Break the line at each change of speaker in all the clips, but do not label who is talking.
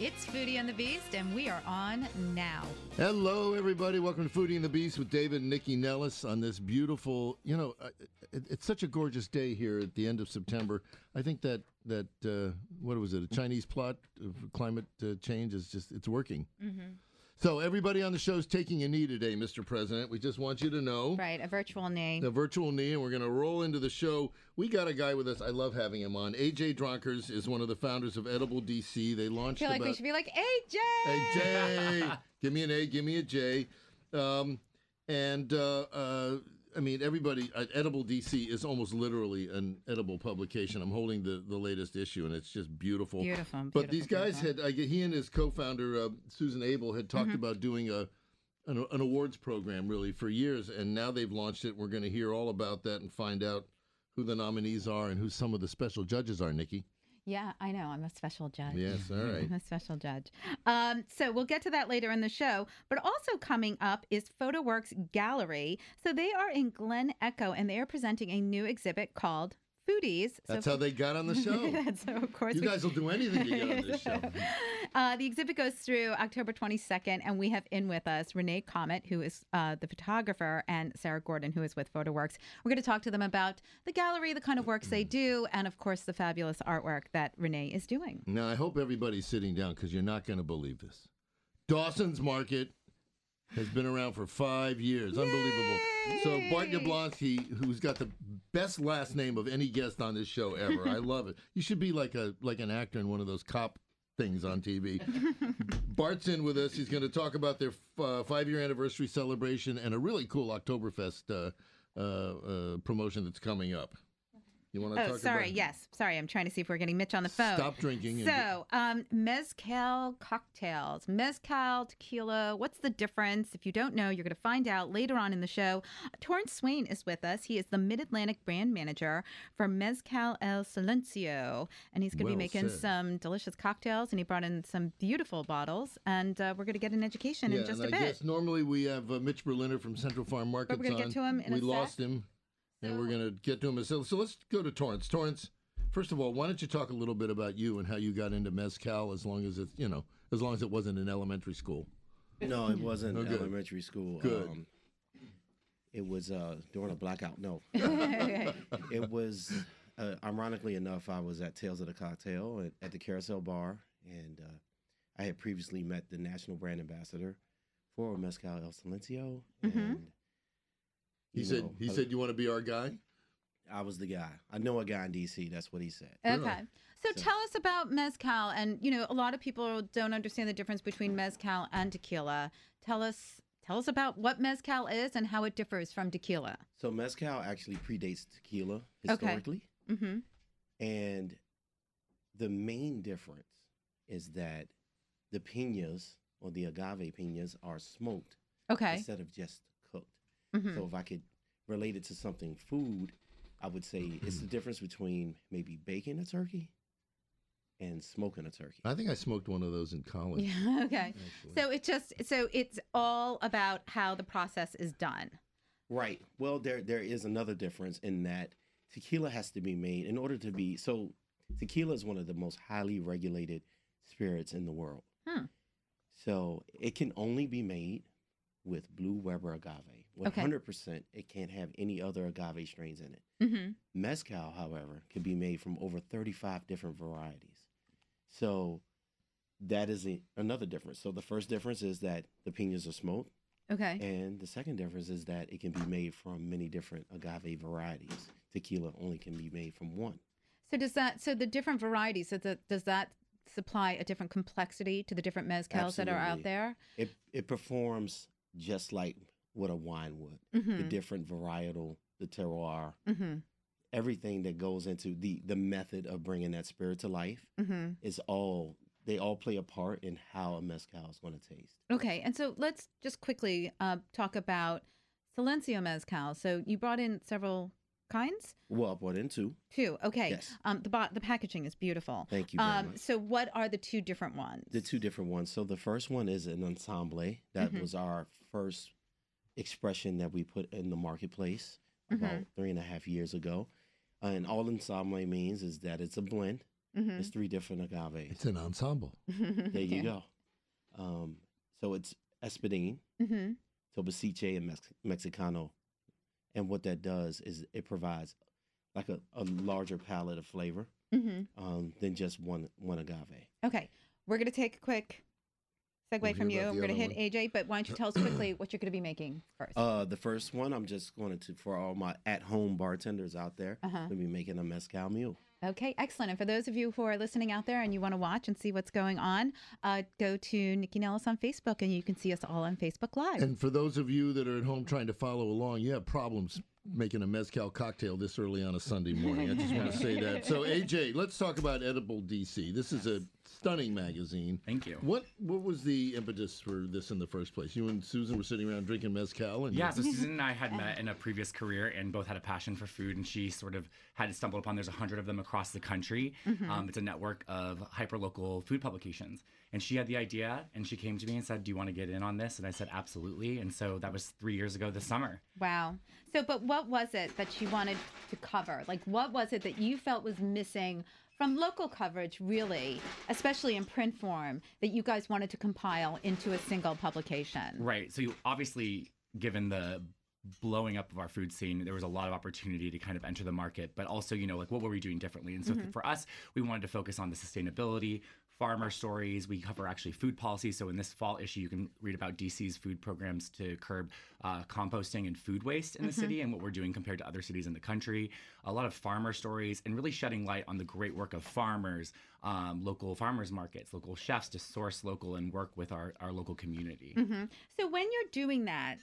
It's Foodie and the Beast, and we are on now.
Hello, everybody. Welcome to Foodie and the Beast with David and Nikki Nellis on this beautiful, you know, uh, it, it's such a gorgeous day here at the end of September. I think that, that uh, what was it, a Chinese plot of climate uh, change is just, it's working.
Mm-hmm.
So everybody on the show is taking a knee today, Mr. President. We just want you to know.
Right, a virtual knee.
The virtual knee, and we're going to roll into the show. We got a guy with us. I love having him on. AJ Dronkers is one of the founders of Edible DC. They
I
launched.
feel like we
about-
should be like, AJ!
AJ, give me an A, give me a J. Um, and uh, uh, I mean, everybody at Edible DC is almost literally an edible publication. I'm holding the, the latest issue, and it's just beautiful.
Beautiful,
But these
beautiful,
guys had I, get- he and his co-founder uh, Susan Abel had talked
Mhm.
about doing a an, an awards program really for years, and now they've launched it. We're going to hear all about that and find out who the nominees are and who some of the special judges are. Nikki,
Yeah, I know. I'm a special judge.
Yes, all right.
I'm a special judge. Um, so we'll get to that later in the show. But also coming up is PhotoWorks Gallery. So they are in Glen Echo and they are presenting a new exhibit called Foodies. So
that's how they got on the show.
so of course
you
we-
guys will do anything to get on this show.
Uh, the exhibit goes through October 22nd, and we have in with us Renee Comet, who is uh, the photographer, and Sarah Gordon, who is with PhotoWorks. We're going to talk to them about the gallery, the kind of works they do, and of course, the fabulous artwork that Renee is doing.
Now, I hope everybody's sitting down because you're not going to believe this. Dawson's Market has been around for five years. Unbelievable. So, Bart Jablonski, who's got the best last name of any guest on this show ever, I love it. You should be like a like an actor in one of those cop things on TV. Bart's in with us. He's going to talk about their uh, five year anniversary celebration and a really cool Oktoberfest uh, uh, uh, promotion that's coming up. You want to
Oh,
talk
sorry.
about
Yes. Sorry. I'm trying to see if we're getting Mitch on the phone.
Stop drinking and
So, um, mezcal cocktails, mezcal, tequila. What's the difference? If you don't know, you're going to find out later on in the show. Torrance Swain is with us. He is the Mid Atlantic brand manager for Mezcal El Silencio, and he's going to
Well
be making
said.
some delicious cocktails. And he brought in some beautiful bottles, and uh, we're going to get an education in just
and
a
I
bit.
guess normally we have uh, Mitch Berliner from Central Farm Markets
gonna get
on.
to him in
we
a sec.
lost him, and we're going to get to him. So, so let's go to Torrance. Torrance, first of all, why don't you talk a little bit about you and how you got into mezcal? As long as it's you know, as long as it wasn't in elementary school.
No, it wasn't
Okay.
elementary school.
Good.
Um, it was uh, during a blackout. No, it was. Uh, ironically enough, I was at Tales of the Cocktail at, at the Carousel Bar, and uh, I had previously met the national brand ambassador for Mezcal El Silencio. And,
He
you
said
know,
he
I-
said you want to be our guy.
I was the guy. I know a guy in D.C. That's what he said.
Okay. So, tell us about mezcal, and you know, a lot of people don't understand the difference between mezcal and tequila. Tell us, tell us about what mezcal is and how it differs from tequila.
So mezcal actually predates tequila
Okay.
historically.
Mm-hmm.
And the main difference is that the pinas or the agave pinas are smoked
Okay.
instead of just cooked.
Mhm.
So if I could relate it to something food, I would say it's the difference between maybe baking a turkey and smoking a turkey.
I think I smoked one of those in college.
Yeah. Okay. So it just so it's all about how the process is done.
Right. Well, there there is another difference in that tequila has to be made in order to be so tequila is one of the most highly regulated spirits in the world.
Hmm.
So it can only be made with blue Weber agave. 100% it can't have any other agave strains in it.
Mm-hmm.
Mezcal, however, can be made from over 35 different varieties. So that is a, another difference. So the first difference is that the pinas are smoked.
Okay.
And the second difference is that it can be made from many different agave varieties. Tequila only can be made from one.
So does that? So the different varieties. So the, does that supply a different complexity to the different mezcals that are out
Absolutely.
there?
It it performs just like what a wine would. The
Mhm.
different varietal, the terroir,
Mm-hmm.
everything that goes into the the method of bringing that spirit to life
Mm-hmm.
is all they all play a part in how a mezcal is going to taste.
Okay, and so let's just quickly uh, talk about Silencio mezcal. So you brought in several kinds.
Well, I bought into.
Two. Okay.
Yes.
Um, the bo- the packaging is beautiful.
Thank you very
Um,
much.
so what are the two different ones?
The two different ones. So the first one is an ensemble. That
Mhm.
was our first expression that we put in the marketplace
Mm-hmm,
about three and a half years ago. Uh, And all ensemble means is that it's a blend.
Mhm.
It's three different agaves.
It's an ensemble.
There
Yeah.
you go. Um, so it's espadine,
Mhm.
tobasiche, and Mex- Mexicano. And what that does is it provides like a, a larger palette of flavor
Mhm.
um, than just one one agave.
Okay. We're gonna take a quick segue
We'll
from
hear about
you. I'm
the
gonna hit
other
AJ, but why don't you tell us quickly what you're gonna be making first?
Uh, the first one, I'm just going to for all my at-home bartenders out there.
Uh-huh.
I'm gonna be making a mezcal mule.
Okay, excellent. And for those of you who are listening out there and you want to watch and see what's going on, uh, go to Nikki Nellis on Facebook and you can see us all on Facebook Live.
And for those of you that are at home trying to follow along, you have problems making a mezcal cocktail this early on a Sunday morning. I just want to say that. So AJ, let's talk about Edible DC. This is a stunning magazine.
Thank you.
What what was the impetus for this in the first place? You and Susan were sitting around drinking mezcal and
Yeah, so Susan and I had met in a previous career and both had a passion for food, and she sort of had stumbled upon there's a hundred of them across the country. Um, it's a network of hyperlocal food publications, and she had the idea, and she came to me and said, "Do you want to get in on this?" And I said, "Absolutely." And so that was three years ago this summer.
wow. So, but what was it that you wanted to cover? Like, what was it that you felt was missing from local coverage, really, especially in print form, that you guys wanted to compile into a single publication?
Right. So you obviously, given the blowing up of our food scene, there was a lot of opportunity to kind of enter the market, but also, you know, like what were we doing differently? And so for us, we wanted to focus on the sustainability, farmer stories. We cover actually food policy. So in this fall issue, you can read about DC's food programs to curb uh, composting and food waste in the city and what we're doing compared to other cities in the country. A lot of farmer stories and really shedding light on the great work of farmers, um, local farmers markets, local chefs to source local and work with our, our local community.
hmm So when you're doing that,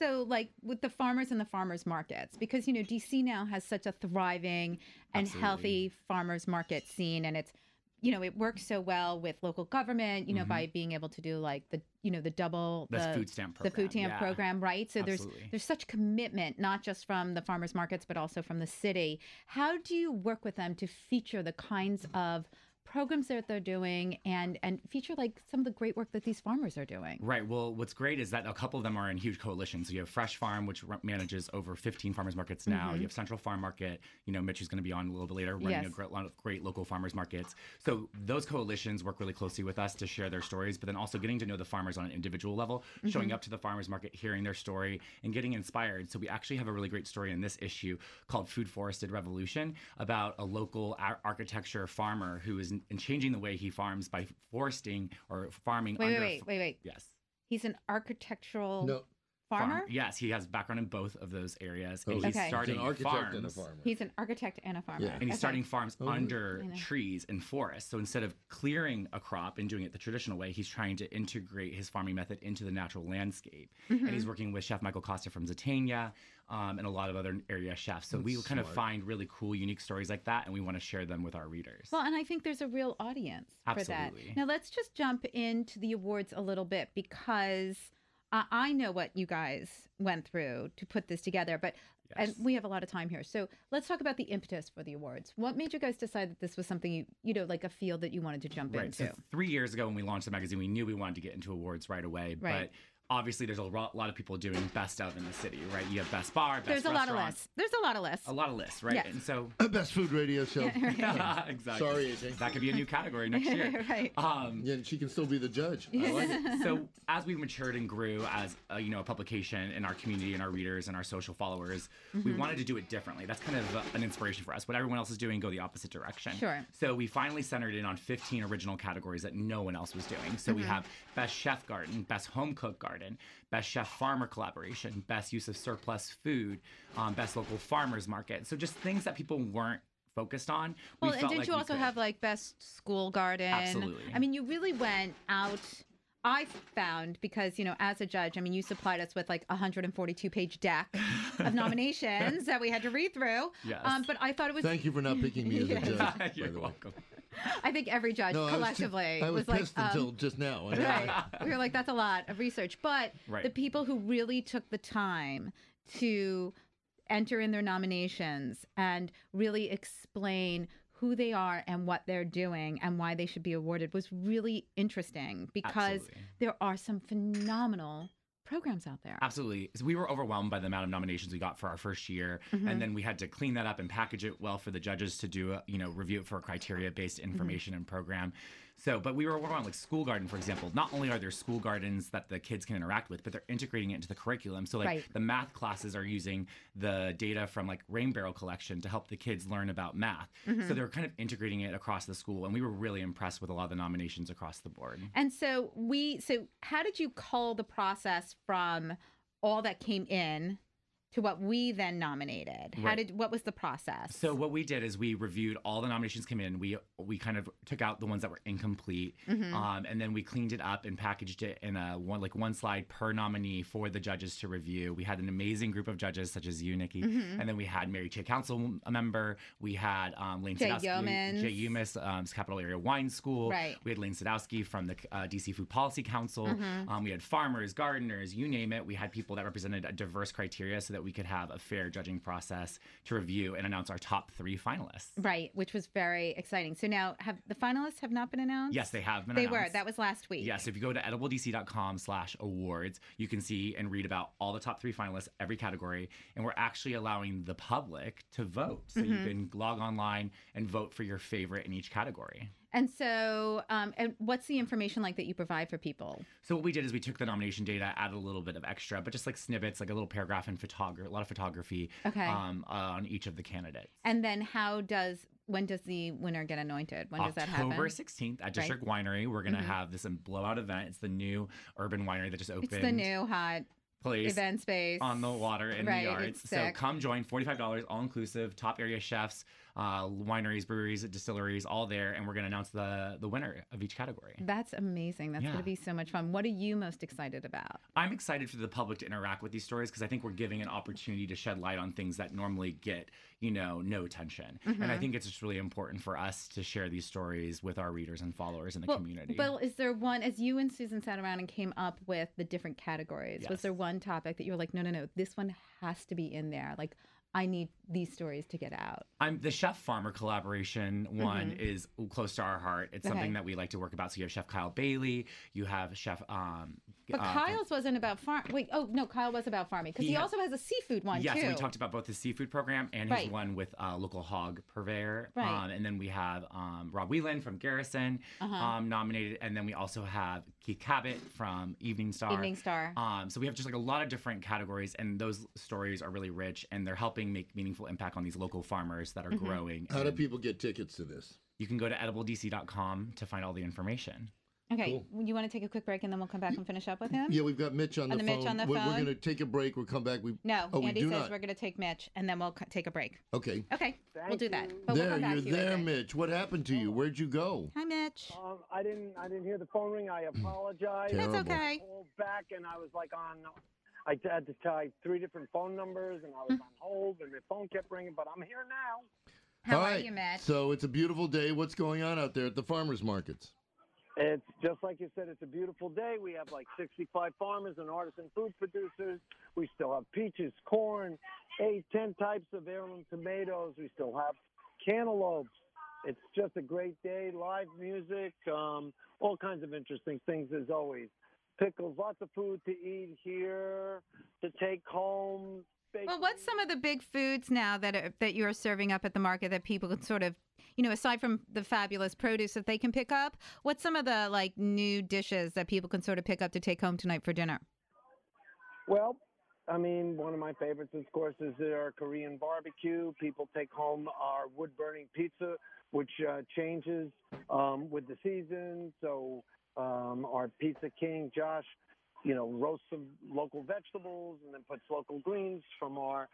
so like with the farmers and the farmers markets, because you know DC now has such a thriving and
Absolutely.
healthy farmers market scene, and it's you know it works so well with local government, you know, by being able to do like the you know the double
Mm-hmm. The
the
food stamp
the
program.
food stamp
yeah.
program, right? So
Absolutely.
there's there's such commitment, not just from the farmers markets, but also from the city. How do you work with them to feature the kinds of programs that they're doing and and feature like some of the great work that these farmers are doing?
Right. Well, what's great is that a couple of them are in huge coalitions. You have Fresh Farm, which r- manages over 15 farmers markets now. You have Central Farm Market. You know, Mitch is going to be on a little bit later, running a
Mm-hmm. Yes.
great lot of great local farmers markets. So those coalitions work really closely with us to share their stories, but then also getting to know the farmers on an individual level, showing
Mm-hmm.
up to the farmers market, hearing their story, and getting inspired. So we actually have a really great story in this issue called "Food Forested Revolution" about a local ar- architecture farmer who is n- changing the way he farms by foresting or farming
Wait, wait,
under.
wait, wait, wait.
Yes.
He's an architectural
no,
farm-
farmer.
Yes, he has background in both of those areas,
Oh,
and
he's
he's
Okay.
starting
an architect
farms.
and a farmer.
He's an architect and a farmer.
Yeah.
And he's
Okay.
starting farms
Oh, really?
under
I know.
trees and forests. So instead of clearing a crop and doing it the traditional way, he's trying to integrate his farming method into the natural landscape.
Mm-hmm.
And he's working with Chef Michael Costa from Zatania um, and a lot of other area chefs. So we kind of find really cool, unique stories like that, and we want to share them with our readers.
Well, and I think there's a real audience for
Absolutely.
that. Now, let's just jump into the awards a little bit because uh, I know what you guys went through to put this together, but
Yes.
and we have a lot of time here. So let's talk about the impetus for the awards. What made you guys decide that this was something you, you know, like a field that you wanted to jump
Right.
into?
So three years ago, when we launched the magazine, we knew we wanted to get into awards right away.
Right.
But obviously, there's a ro- lot of people doing best of in the city, right? You have best bar, best
There's a lot of
restaurant,
lists. There's a lot of lists.
a lot of lists, right?
Yes.
And so
best food radio show.
exactly.
Sorry, AJ.
That could be a new category next year.
right.
Um,
Yeah, and she can still be the judge. I like it.
so as we matured and grew as a, you know a publication in our community and our readers and our social followers, we
Mm-hmm.
wanted to do it differently. That's kind of uh, an inspiration for us. What everyone else is doing, go the opposite direction.
Sure.
So we finally centered in on 15 original categories that no one else was doing. So we
Mm-hmm.
have best chef garden, best home cook garden, best chef farmer collaboration, best use of surplus food, um, best local farmers market. So just things that people weren't focused on.
Well,
we
and
felt
didn't
like
you
we
also
could.
have like best school garden?
Absolutely.
I mean, you really went out. I found because you know, as a judge, I mean, you supplied us with like a 142 page deck of nominations that we had to read through.
Yes.
Um, but I thought it was.
Thank you for not picking me as a
Yeah.
judge. by
You're
the way.
welcome.
I think every judge
No, I was too-
collectively
I was,
like, um,
pissed until just now. I know.
right. we were like, that's a lot of research. But
Right.
the people who really took the time to enter in their nominations and really explain who they are and what they're doing and why they should be awarded was really interesting because
Absolutely.
there are some phenomenal programs out there.
Absolutely. So we were overwhelmed by the amount of nominations we got for our first year, and then we had to clean that up and package it well for the judges to do, a, you know, review it for criteria-based information and program. So, but we were overwhelmed. Like school garden, for example, not only are there school gardens that the kids can interact with, but they're integrating it into the curriculum. So, like
Right.
the math classes are using the data from like Rain Barrel Collection to help the kids learn about math. So they're kind of integrating it across the school, and we were really impressed with a lot of the nominations across the board.
And so we so how did you cull the process from all that came in to what we then nominated? How
Right.
did what was the process?
So what we did is we reviewed all the nominations came in. We we kind of took out the ones that were incomplete,
Mm-hmm.
um, and then we cleaned it up and packaged it in a one like one slide per nominee for the judges to review. We had an amazing group of judges such as you, Nikki,
Mm-hmm.
and then we had Mary Che Council a member. We had um, Lane
Jay
Sadowski,
Yeomans.
Jay Yumis, um, Capital Area Wine School.
Right. Mm-hmm.
We had Lane Sadowski from the uh, DC Food Policy Council. Um, we had farmers, gardeners, you name it. We had people that represented a diverse criteria so that we could have a fair judging process to review and announce our top three finalists.
right, which was very exciting. So now have the finalists have not been announced?
Yes, they have been
They
announced.
were. That was last week.
Yes, if you go to edibledc.com slash awards, you can see and read about all the top three finalists, every category. And we're actually allowing the public to vote. So
Mm-hmm.
you can log online and vote for your favorite in each category.
And so um and what's the information like that you provide for people?
So what we did is we took the nomination data, added a little bit of extra, but just like snippets, like a little paragraph in photography, a lot of photography
Okay.
um, on each of the candidates.
And then how does when does the winner get anointed? When does that happen? Mm-hmm.
October 16th at District Winery, we're going to have this um, blowout event. It's the new urban winery that just opened.
it's the new hot
place
event space.
on the water in
Right,
the yards.
it's
So
sick.
come join. Forty-five dollars, all inclusive. Top area chefs, uh, wineries, breweries, distilleries, all there, and we're gonna announce the the winner of each category.
That's amazing. That's going
Yeah.
to be so much fun. What are you most excited about?
I'm excited for the public to interact with these stories because I think we're giving an opportunity to shed light on things that normally get you know no attention, and
Mm-hmm.
I think it's just really important for us to share these stories with our readers and followers in the
Well,
community.
Well, is there one, as you and Susan sat around and came up with the different categories, was
Yes.
there one topic that you were like, no, no, no, this one has to be in there? Like, I need these stories to get out.
I'm the chef farmer collaboration one is close to our heart. It's
Mm-hmm. Okay.
something that we like to work about. So you have Chef Kyle Bailey, you have Chef um
But
uh, from-
Kyle's wasn't about farm. Wait, oh, no, Kyle was about farming because
He
he,
had-
also has a seafood one,
Yes,
too.
and we talked about both his seafood program and
Right.
his one with uh, local hog purveyor.
Right.
Um, and then we have um, Rob Whelan from Garrison
Uh-huh.
um, nominated, and then we also have Keith Cabot from Evening Star.
Evening Star.
Um, so we have just like a lot of different categories, and those stories are really rich, and they're helping make meaningful impact on these local farmers that are
Mm-hmm.
growing.
How
and
do people get tickets to this?
you can go to edibledc.com to find all the information.
okay, you want to take a quick break and then we'll come back and finish up with him?
Yeah, we've got Mitch on
And
the
the Mitch
phone.
on the
we're
phone?
going to take a break. We'll come back. We
No,
Oh, we
Andy
do
says
not.
we're going to take Mitch and then we'll c- take a break.
Okay.
Okay, we'll
Thank
do that.
you.
But we'll
there,
come back
you're
to you. Oh. I
there,
think.
Mitch. What happened to you? Where'd you go?
Hi, Mitch.
Um, I didn't. I didn't hear the phone ring. I
Hmm.
apologize.
That's
That's
terrible.
okay.
Hold back, and I was like on. I had to type three different phone numbers, and I was
Hmm.
on hold, and the phone kept ringing. But I'm here now.
How
All
are
right,
you, Mitch?
So it's a beautiful day. What's going on out there at the farmers markets?
It's just like you said. It's a beautiful day. We have like 65 farmers and artisan food producers. We still have peaches, corn, eight, ten types of heirloom tomatoes. We still have cantaloupes. It's just a great day. Live music, um, all kinds of interesting things as always. Pickles, lots of food to eat here, to take home.
Well, what's some of the big foods now that are, that you are serving up at the market that people can sort of, you know, aside from the fabulous produce that they can pick up, what's some of the like new dishes that people can sort of pick up to take home tonight for dinner?
Well, I mean, one of my favorites, of course, is our Korean barbecue. People take home our wood burning pizza, which uh, changes um, with the season. So, um, our pizza king, Josh, you know, roasts some local vegetables and then puts local greens from our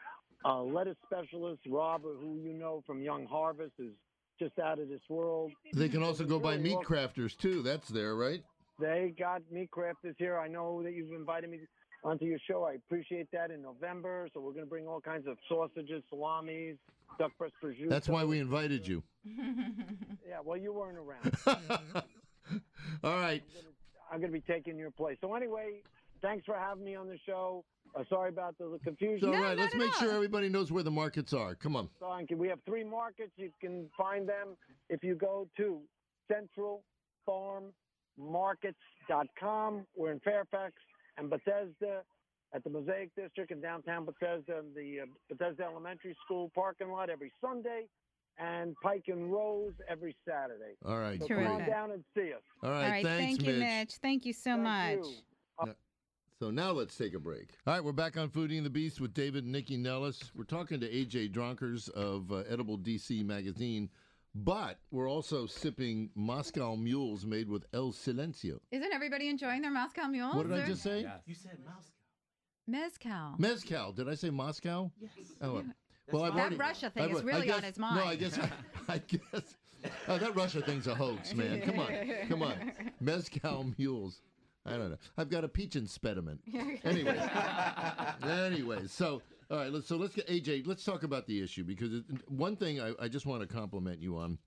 uh, lettuce specialist, Rob, who you know from Young Harvest, is just out of this world.
They can also go by
Really
meat
welcome.
crafters too. That's there, right?
They got meat crafters here. I know that you've invited me onto your show. I appreciate that in November. So we're going to bring all kinds of sausages, salamis, duck breast prosciutto.
That's why we invited you.
Yeah, well, you weren't around.
Mm-hmm.
All right.
I'm going to be taking your place. So anyway, thanks for having me on the show. Uh, sorry about the confusion.
So, all
No,
right,
not
let's
at
make sure
all.
everybody knows where the markets are. Come on.
So I can- We have three markets. You can find them if you go to centralfarmmarkets.com. We're in Fairfax and Bethesda at the Mosaic District in downtown Bethesda in the uh, Bethesda Elementary School parking lot every Sunday and Pike and Rose every Saturday.
All right.
So
great.
come on
Terrific.
down and see us.
All right,
All right.
thanks,
Thank you, Mitch. Thank you so
Thank
much.
you.
So now let's take a break. All right, we're back on Foodie and the Beast with David and Nikki Nellis. We're talking to AJ Dronkers of uh, Edible DC magazine, but we're also sipping Moscow mules made with El Silencio.
Isn't everybody enjoying their Moscow mules?
What did I
They're-
just say?
Yes.
Mezcal.
Mezcal. Did I say Moscow? Yes. Oh, well, I've
That
already-
Russia thing
I've-
is
I
really on
guess-
his mind.
No, I guess. I, guess. Oh, that Russia thing's a hoax, man. Come on, come on. Mezcal mules. I don't know. I've got a peach and spediment. Anyway, anyway. So all right. Let's, so let's get AJ. Let's talk about the issue because it, one thing I, I just want to compliment you on.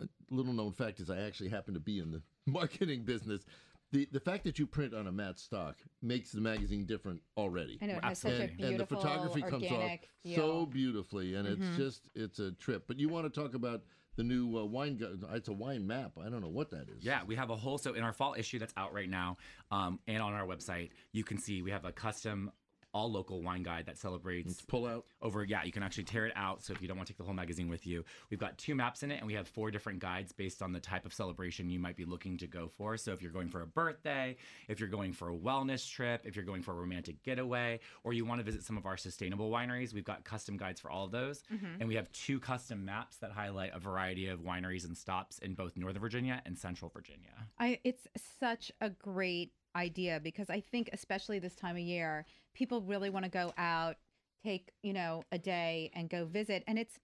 A little known fact is I actually happen to be in the marketing business. The, the fact that you print on a mat stock makes the magazine different already
I know it has such a
and,
beautiful
and the photography comes off
organic feel. Mm-hmm.
so beautifully, and it's just it's a trip. But you want to talk about the new uh, wine? gu- It's a wine map. I don't know what that is.
Yeah, we have a whole so in our fall issue that's out right now, um, and on our website, you can see we have a custom all local wine guide that celebrates
pull out.
over yeah you can actually tear it out so if you don't want to take the whole magazine with you we've got two maps in it and we have four different guides based on the type of celebration you might be looking to go for so if you're going for a birthday if you're going for a wellness trip if you're going for a romantic getaway or you want to visit some of our sustainable wineries we've got custom guides for all of those
Mm-hmm.
and we have two custom maps that highlight a variety of wineries and stops in both northern virginia and central virginia
I, it's such a great idea because I think, especially this time of year, people really want to go out, take you know a day and go visit, and it's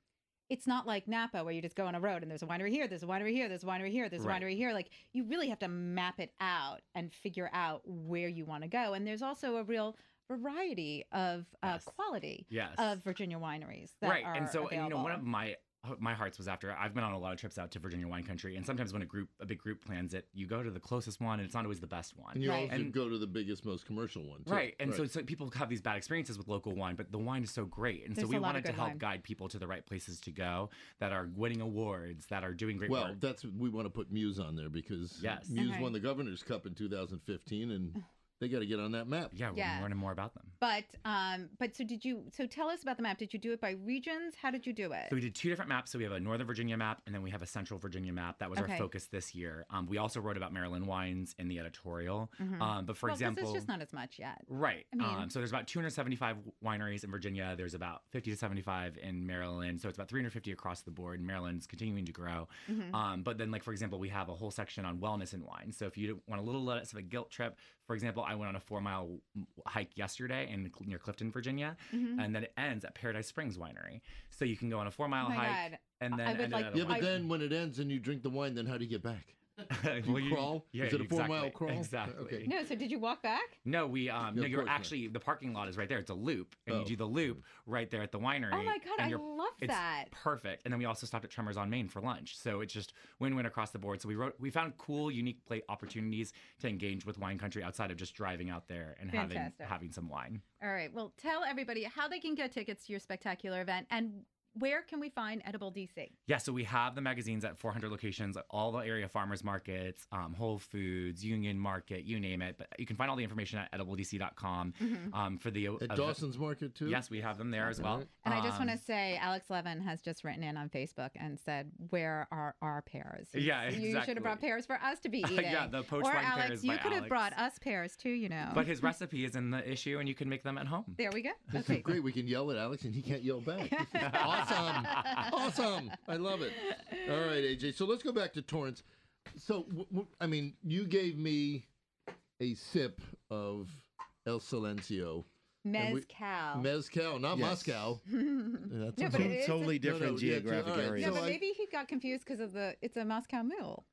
it's not like Napa where you just go on a road and there's a winery here, there's a winery here, there's a winery here, there's a
Right.
winery here. Like you really have to map it out and figure out where you want to go, and there's also a real variety of uh,
Yes.
quality
yes
of Virginia wineries that
right
are
and so and, you know one of
available.
my my heart's was after i've been on a lot of trips out to virginia wine country and sometimes when a group a big group plans it you go to the closest one and it's not always the best one
And you
Right.
also
And-
go to the biggest, most commercial one. Too.
Right, and So, so people have these bad experiences with local wine, but the wine is so great, and
There's
so
a
we
lot of
wanted to
good
help
wine.
guide people to the right places to go that are winning awards, that are doing great
well,
work.
that's we want to put Muse on there because
Yes.
Muse
Okay.
won the Governor's Cup in 2015, and they got to get on that map.
yeah, we're
Yeah.
learning more about them.
But um, but so did you? So tell us about the map. Did you do it by regions? How did you do it?
So we did two different maps. So we have a Northern Virginia map, and then we have a Central Virginia map. That was
Okay.
our focus this year. Um, we also wrote about Maryland wines in the editorial.
Mhm.
Um, but for
well, 'cause
example,
it's just not as much yet.
Right.
I mean-
um, so there's about 275 wineries in Virginia. There's about 50 to 75 in Maryland. So it's about 350 across the board. Maryland's continuing to grow.
Mhm.
Um, but then, like for example, we have a whole section on wellness and wine. So if you want a little less of a guilt trip, for example, I went on a four mile hike yesterday in Cl- near Clifton, Virginia,
Mhm.
and then it ends at Paradise Springs Winery. So you can go on a four mile
Oh my
hike
God.
and then
I would
end
like-
at
Yeah,
another
but
I-
then when it ends and you drink the wine, then how do you get back?
wine.
You
Well,
crawl?
Yeah,
Is it a
exactly,
four-mile crawl?
Exactly.
Okay.
No, so did you walk back?
No, we um
Yeah,
no,
of
you're
course not.
actually the parking lot is right there. It's a loop, and
Oh.
you do the loop right there at the winery.
Oh my god,
and
I
you're
love
it's
that.
perfect. And then we also stopped at Tremors on Main for lunch. So it's just win-win across the board. So we wrote, we found cool, unique plate opportunities to engage with wine country outside of just driving out there and having
Fantastic.
having some wine.
All right. Well, tell everybody how they can get tickets to your spectacular event and where can we find Edible DC?
Yeah, so we have the magazines at 400 locations, at all the area farmers markets, um, Whole Foods, Union Market, you name it. But you can find all the information at edibledc.com um, for the
At
ev-
Dawson's Market too.
Yes, we have them there as well.
And I just want to
Um,
say, Alex Levin has just written in on Facebook and said, "Where are our pears? You-
Yeah,
You should have brought
exactly.
pears for us to be eating.
Yeah, the poached
or
wine
Alex,
pears
you
by
could have
Alex.
brought us pears too. You know.
But his recipe is in the issue, and you can make them at home.
there we go.
This
Okay.
is great. We can yell at Alex and he can't yell back. This is awesome. awesome. I love it. All right, AJ. So let's go back to Torrance. So, w- w- I mean, you gave me a sip of El Silencio. And we-
Mezcal.
Mezcal, not
Yes.
Moscow. That's
No, but
Two
it is-
totally
No, no,
different
yeah, two-
geographic
all right,
areas.
no,
so
but
I-
maybe he got confused because of the. It's a Moscow Mule.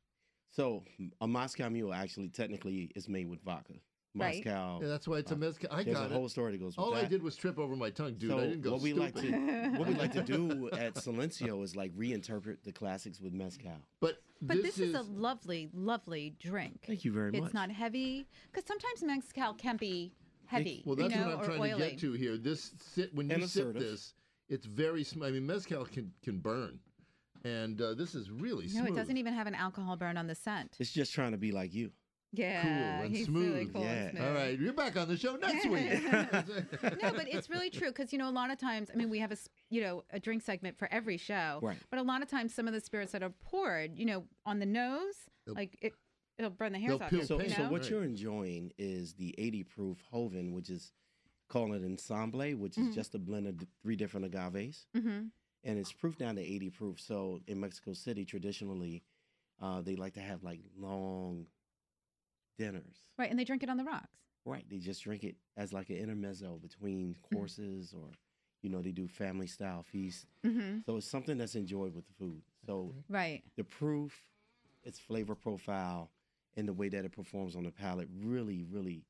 So a Moscow Mule actually technically is made with vodka.
Right.
Moscow.
Yeah, that's why it's a mezcal. I
There's a
got
whole
it.
story that goes with
All I
that.
did was trip over my tongue, dude.
so
I didn't go
what we
stupid.
like to what we like to do at Silencio is like reinterpret the classics with mezcal.
But,
But
this,
is, a lovely, lovely drink.
Thank you very
it's
much.
not heavy because sometimes mezcal can be heavy.
well, that's
you know,
what I'm
or
trying
oily.
to get to here. This sit when
And
you sip
assertive.
this, it's very. Sm- I mean, mezcal can can burn, and uh, this is really
No,
smooth.
it doesn't even have an alcohol burn on the scent.
It's just trying to be like you.
Yeah,
and
he's really
smooth.
cool
Yeah.
and smooth.
All right, you're back on the show next week.
no, but it's really true because you know a lot of times. I mean, we have a s- you know a drink segment for every show,
Right.
But a lot of times, some of the spirits that are poured, you know, on the nose, like it, it'll burn the hairs
They'll
off.
peel
your-
So,
Paint.
so
No?
what
Right.
you're enjoying is the 80 proof Hoven, which is calling it ensemble, which
Mm-hmm.
is just a blend of th- three different agaves,
Mhm.
and it's proof down to 80 proof. So in Mexico City, traditionally, uh, they like to have like long dinners.
Right, and they drink it on the rocks.
Right. They just drink it as like an intermezzo between courses, or you know, they do family style feast.
hmm
So it's something that's enjoyed with the food. So
Right.
the proof, its flavor profile, and the way that it performs on the palate really, really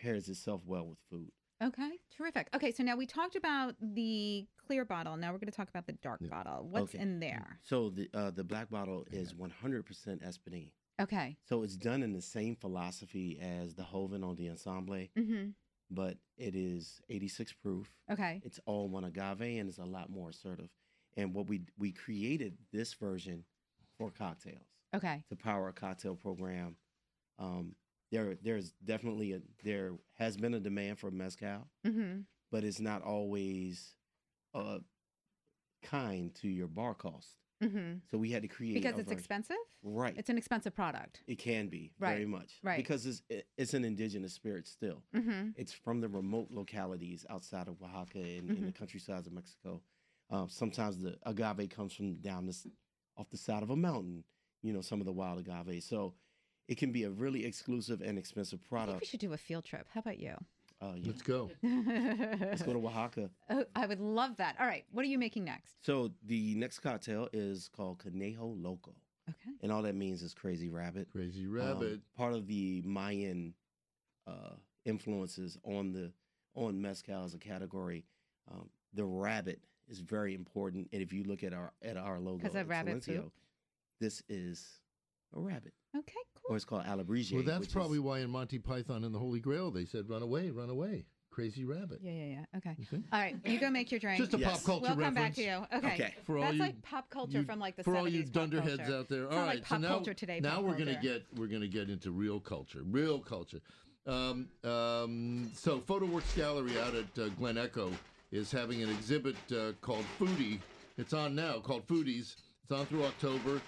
pairs itself well with food.
Okay. Terrific. Okay, so now we talked about the clear bottle. Now we're going to talk about the dark bottle. What's
Okay.
in there?
So the uh, the black bottle is 100% Espadine.
Okay.
So it's done in the same philosophy as the Hoven on the Ensemble,
hmm
but it is 86 proof.
Okay.
It's all one agave and it's a lot more assertive. And what we we created this version for cocktails.
Okay.
to power a cocktail program. Um, there, there's definitely a there has been a demand for mezcal,
hmm
but it's not always uh, kind to your bar cost.
hmm
So we had to create
Because
a
it's
version-
expensive.
right?
It's an expensive product.
it can be very
Right,
much
right.
because it's it, it's an indigenous spirit still.
hmm
It's from the remote localities outside of Oaxaca and
Mm-hmm.
in the countrysides of Mexico. Um, sometimes the agave comes from down this off the side of a mountain. You know, some of the wild agave. So it can be a really exclusive and expensive
I think we
product.
should do a field trip. How about you?
Uh, yeah.
Let's go.
Let's go to Oaxaca.
Oh, I would love that. All right. What are you making next?
So the next cocktail is called Conejo Loco,
Okay.
and all that means is crazy rabbit.
Crazy
um,
rabbit.
part of the Mayan uh, influences on the on mezcal as a category. Um, the rabbit is very important, and if you look at our at our logo,
'Cause of
at
rabbit
Silencio,
poop?
this is a rabbit,
Okay.
or
Cool.
it's called alabrije.
well, that's
which is-
probably why in Monty Python and the Holy Grail they said, "Run away, run away, crazy rabbit."
Yeah. Yeah. Yeah. Okay.
You think?
All right. You go make your drink.
Oh, Just a
Yes.
pop culture
we'll come back
reference.
to you. Okay.
Okay.
For all
That's
you-
like pop culture
you-
from like the
for
70s.
all you
pop
dunderheads
culture.
out there.
It's
all
not
right,
like pop
so now,
culture today.
Now
pop
we're gonna
culture.
get we're gonna get into real culture, real culture. Um, um, so PhotoWorks Gallery out at uh, Glen Echo is having an exhibit uh, called Foodie. It's on now, called Foodies. It's on through October.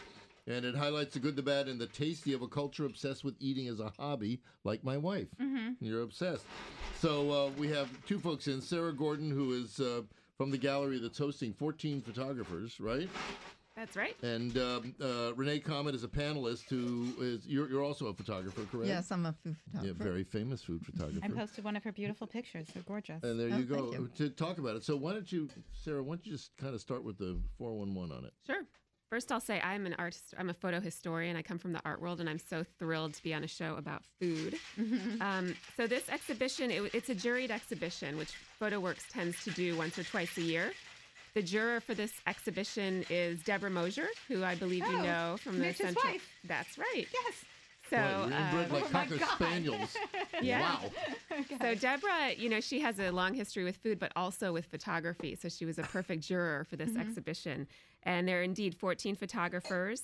And it highlights the good, the bad, and the tasty of a culture obsessed with eating as a hobby, like my wife.
Mm-hmm.
You're obsessed. So uh, we have two folks in Sarah Gordon, who is uh, from the gallery that's hosting 14 photographers, right?
That's right.
And um, uh, Renee Comet is a panelist who is you're, you're also a photographer, correct?
Yes, I'm a food
Yeah,
photographer.
very famous food photographer.
I posted one of her beautiful pictures. They're gorgeous.
and there
Oh,
you go
thank you.
to talk about it. So why don't you, Sarah? Why don't you just kind of start with the four one one on it?
Sure. First, I'll say I'm an art. I'm a photo historian. I come from the art world, and I'm so thrilled to be on a show about food.
Mm-hmm.
um, so this exhibition, it, it's a juried exhibition, which PhotoWorks tends to do once or twice a year. The juror for this exhibition is Deborah Mosier, who I believe you
Oh,
know from the
Mitch's
Central.
wife.
That's right.
yes.
So
Boy, you're inbred like
uh,
oh my
cocker
God.
spaniels.
Yeah.
Wow.
So Deborah, you know, she has a long history with food, but also with photography. So she was a perfect juror for this exhibition. And there are indeed 14 photographers.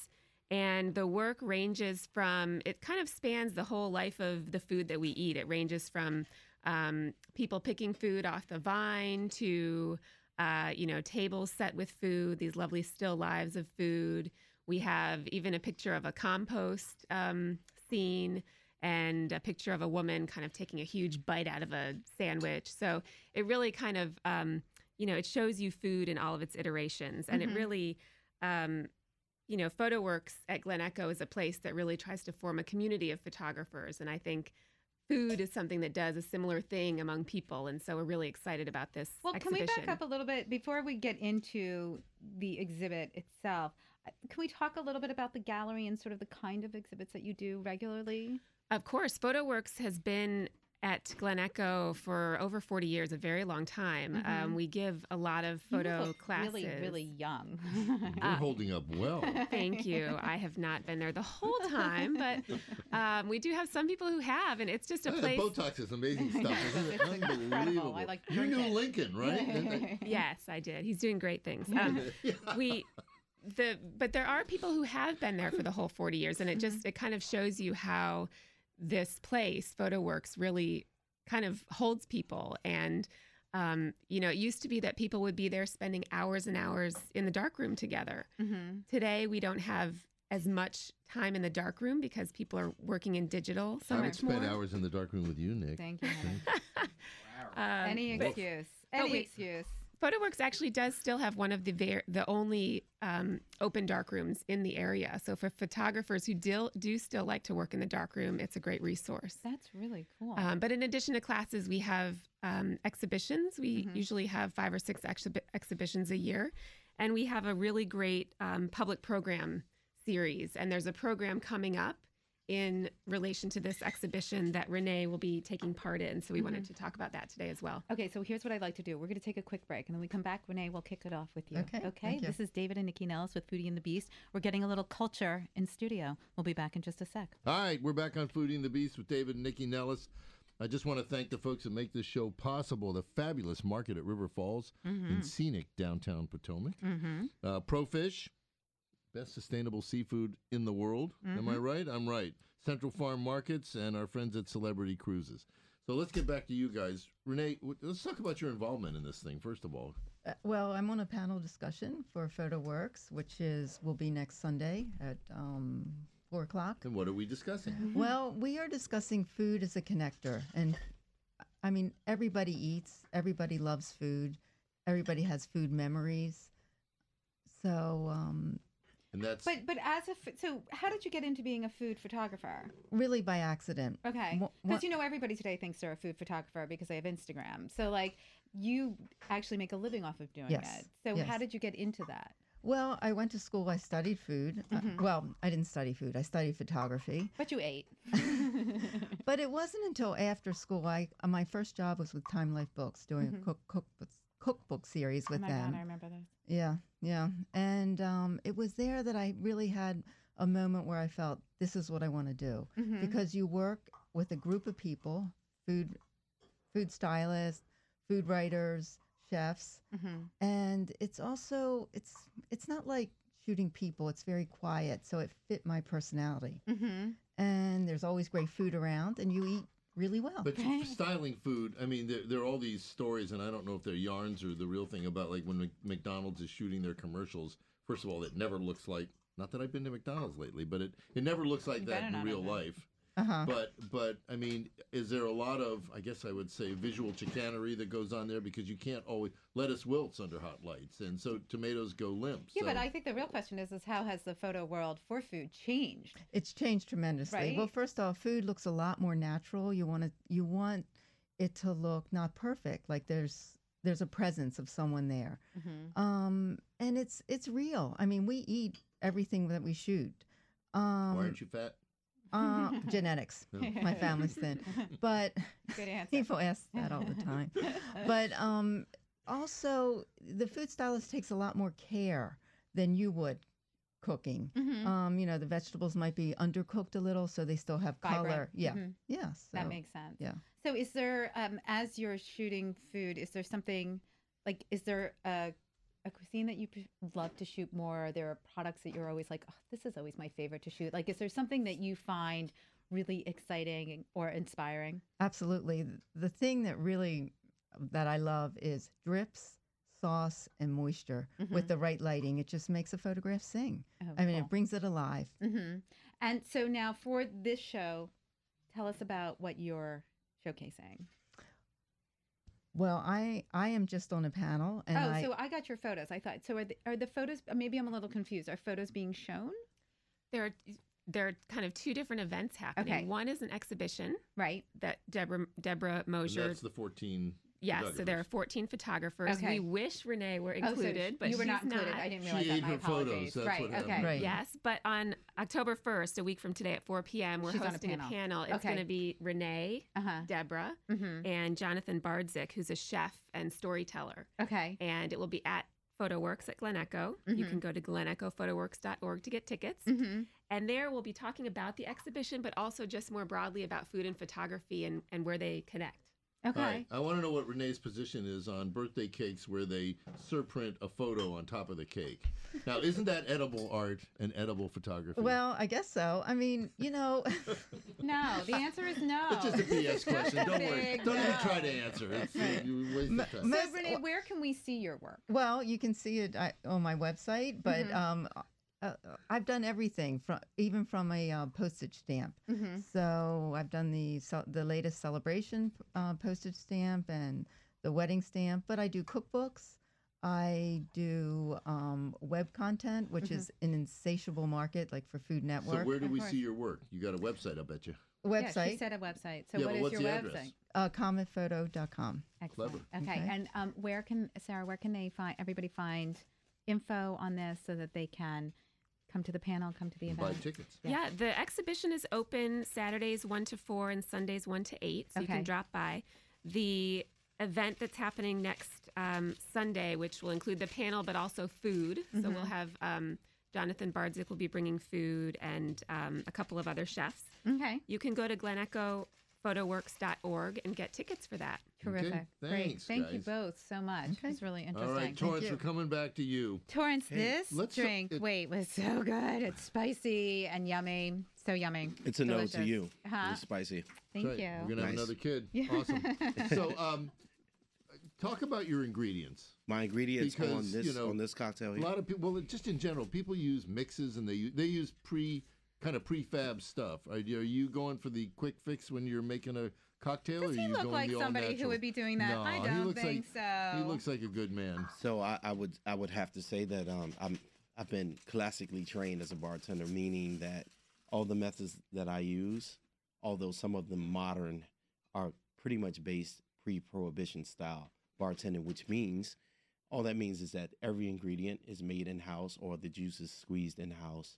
And the work ranges from, it kind of spans the whole life of the food that we eat. It ranges from um, people picking food off the vine to, uh, you know, tables set with food, these lovely still lives of food. We have even a picture of a compost um, scene and a picture of a woman kind of taking a huge bite out of a sandwich. So it really kind of, um, you know, it shows you food in all of its iterations. And
Mhm.
it really, um, you know, PhotoWorks at Glen Echo is a place that really tries to form a community of photographers. And I think food is something that does a similar thing among people. And so we're really excited about this.
Well, can we
exhibition.
back up a little bit before we get into the exhibit itself? Uh, Can we talk a little bit about the gallery and sort of the kind of exhibits that you do regularly?
Of course, PhotoWorks has been at Glen Echo for over 40 years, a very long time.
Mhm.
Um, we give a lot of
You
photo
look
classes.
Really, really young.
Uh,
You're holding up well.
Thank you. I have not been there the whole time, but um, we do have some people who have, and it's just a
Uh,
place.
Botox is amazing stuff.
Yes,
Isn't it
it's incredible. I
unbelievable?
like to
you
drink
knew
it.
Lincoln, right?
Yes, I did. He's doing great things. Um, we the but there are people who have been there for the whole 40 years and it just it kind of shows you how this place photoworks really kind of holds people and um, you know it used to be that people would be there spending hours and hours in the dark room together
hmm
today we don't have as much time in the dark room because people are working in digital so
I would
much
spend
more
hours in the dark room with you, Nick.
Thank you. Heather.
Um,
Any
but-
excuse.
but
Any
we-
excuse.
PhotoWorks actually does still have one of the ver- the only um, open dark rooms in the area. So for photographers who deal- do still like to work in the dark room, it's a great resource.
That's really cool.
Um, but in addition to classes, we have um, exhibitions. We
Mhm.
usually have five or six exhi- exhibitions a year, and we have a really great um, public program series. And there's a program coming up in relation to this exhibition that Renee will be taking part in.
Mm-hmm.
So we wanted to talk about that today as well.
Okay, so here's what I'd like to do. We're going to take a quick break, and then we come back. Renee, we'll kick it off with you.
Okay, thank you.
This is David and Nikki Nellis with Foodie and the Beast. We're getting a little culture in studio. We'll be back in just a sec.
All right, we're back on Foodie and the Beast with David and Nikki Nellis. I just want to thank the folks that make this show possible. The fabulous market at River Falls in scenic downtown Potomac.
Mm-hmm.
Uh, Profish, best sustainable seafood in the world. Am I right? I'm right. Central Farm Markets and our friends at Celebrity Cruises. So let's get back to you guys. Renee, w- let's talk about your involvement in this thing, first of all.
Uh, well, I'm on a panel discussion for Photo Works, which is will be next Sunday at um, four o'clock.
And what are we discussing?
Well, we are discussing food as a connector, and I mean everybody eats, everybody loves food, everybody has food memories. So um,
And that's
But but as a f- so, how did you get into being a food photographer?
really by accident.
Okay,
Wha- wha-
because you know everybody today thinks they're a food photographer because they have Instagram. So like, you actually make a living off of doing
Yes,
it. So how
yes.
did you get into that?
Well, I went to school. I studied food. Uh, well, I didn't study food. I studied photography.
But you ate.
But it wasn't until after school. I uh, my first job was with Time Life Books, doing a cook cookbook cookbook series
Mm-hmm. oh
with
my
them.
god, I remember this.
Yeah, yeah. And um, it was there that I really had a moment where I felt this is what I want to do
Mm-hmm.
because you work with a group of people, food, food stylists, food writers, chefs,
Mm-hmm.
and it's also it's it's not like shooting people. It's very quiet, so it fit my personality.
Mm-hmm.
And there's always great food around, and you eat really well.
But styling food, I mean, there, there are all these stories, and I don't know if they're yarns or the real thing about like when Mc- McDonald's is shooting their commercials. First of all, it never looks like. Not that I've been to McDonald's lately, but it, it never looks like
You
that
better
in
not
real
have been. Uh-huh.
life.
Uh huh.
But but I mean, is there a lot of I guess I would say visual chicanery that goes on there because you can't always lettuce wilts under hot lights, and so tomatoes go limp.
Yeah, but
so-
I think the real question is: is how has the photo world for food changed?
It's changed tremendously. Well,
Right?
first off, food looks a lot more natural. You want to you want it to look not perfect, like there's there's a presence of someone there. Um, and it's it's real. I mean, we eat everything that we shoot. Um,
why aren't you fat?
uh, genetics. My family's thin, but
Good answer.
people ask that all the time. But um, also, the food stylist takes a lot more care than you would cooking.
Mhm.
Um, you know, the vegetables might be undercooked a little, so they still have
Vibrant.
color. Yeah,
Mhm.
yeah. So.
That makes sense.
yeah.
So, is there, um, as you're shooting food, is there something like, is there a, a cuisine that you p- love to shoot more? Are there products that you're always like, oh, this is always my favorite to shoot? Like, is there something that you find really exciting or inspiring?
Absolutely. Th- The thing that really um, that I love is drips, sauce, and moisture
Mm-hmm.
with the right lighting. It just makes a photograph sing.
Oh,
I mean,
cool.
it brings it alive.
hmm And so, now for this show, tell us about what you're showcasing.
Well, I I am just on a panel, and
oh,
I,
so I got your photos. I thought, so are the, are the photos, maybe I'm a little confused. Are photos being shown?
there are there are kind of two different events happening.
Okay.
One is an exhibition
Right.
that Deborah Deborah
And
Mosier.
that's the fourteen
Yes, so there are
Photographers.
14 photographers.
Okay.
We wish Renee were
Oh, so
included,
sh-
but
you were
she's
not included. I didn't realize
She
that.
ate
My
her photos,
apologies.
that's
right.
what um, happened.
okay.
Right.
Yes, but on October 1st, a week from today at 4 p.m., we're
She's on a
hosting a panel.
panel.
It's
Okay.
going to be Renee,
Uh huh.
Deborah,
Mm-hmm.
and Jonathan Bardzik, who's a chef and storyteller.
Okay.
And it will be at PhotoWorks at Glen Echo. You
Mhm.
can go to glenechophotoworks.org to get tickets.
Mm-hmm.
And there we'll be talking about the exhibition, but also just more broadly about food and photography and, and where they connect.
Okay.
All right. I want to know what Renee's position is on birthday cakes where they surprint a photo on top of the cake. Now, isn't that edible art and edible photography?
Well, I guess so. I mean, you know,
No, the answer is no.
it's just a BS question. Don't worry.
Big
Don't even
no.
try to answer. It's,
Right.
you waste
Ma-
your time.
ma-
So, Renee, where can we see your work?
well, you can see it I, on my website, but
Mhm.
um, uh, I've done everything from even from a uh, postage stamp.
Mm-hmm.
So I've done the ce- the latest celebration uh, postage stamp and the wedding stamp, but I do cookbooks. I do um, web content, which
Mhm.
is an insatiable market, like for Food
So
Network
where do
Of
we
course.
see your work? You got a website, I bet you.
Yeah, she
website,
said a website. So
yeah,
what
but
is
what's
your
the
website?
address?
uh, commentphoto.com.
Excellent.
Clever.
Okay.
Okay.
And um, where can Sarah? Where can they find everybody find info on this so that they can come to the panel, come to the
And buy
event?
tickets.
Yeah.
Yeah, the exhibition is open Saturdays 1 to 4 and Sundays 1 to 8, so you
Okay.
can drop by. The event that's happening next um, Sunday, which will include the panel but also food. So
Mm-hmm.
we'll have um, Jonathan Bardzik will be bringing food and um, a couple of other chefs.
Okay.
You can go to glenechophotowworks.org and get tickets for that.
Terrific. Great.
Thanks,
Thank you
guys.
both so much. It
Okay.
was really
All
interesting.
right, Torrance, we're coming back to you.
Torrance,
Hey,
this
let's-
drink,
it-
wait, was so good. It's spicy and yummy. So yummy.
It's a
Delicious.
no to you.
Huh?
It's spicy.
Thank
That's right.
you.
We're gonna have
Nice.
another kid.
Yeah.
Awesome. so, um, talk about your ingredients.
My ingredients on
Because,
this
you know,
on this cocktail
A
here.
lot of people, well, just in general, people use mixes and they use, they use pre kind of prefab stuff. Are you, are you going for the quick fix when you're making a cocktail? or
Does
are
he
you
look
going
like
the all
somebody who
natural?
would be doing that? I
No, he
don't
looks
think so.
He looks like a good man.
Ah.
So I, I would I would have to say that um I'm I've been classically trained as a bartender, meaning that all the methods that I use, although some of them modern, are pretty much based pre-prohibition style bartending, which means all that means is that every ingredient is made in house or the juice is squeezed in house.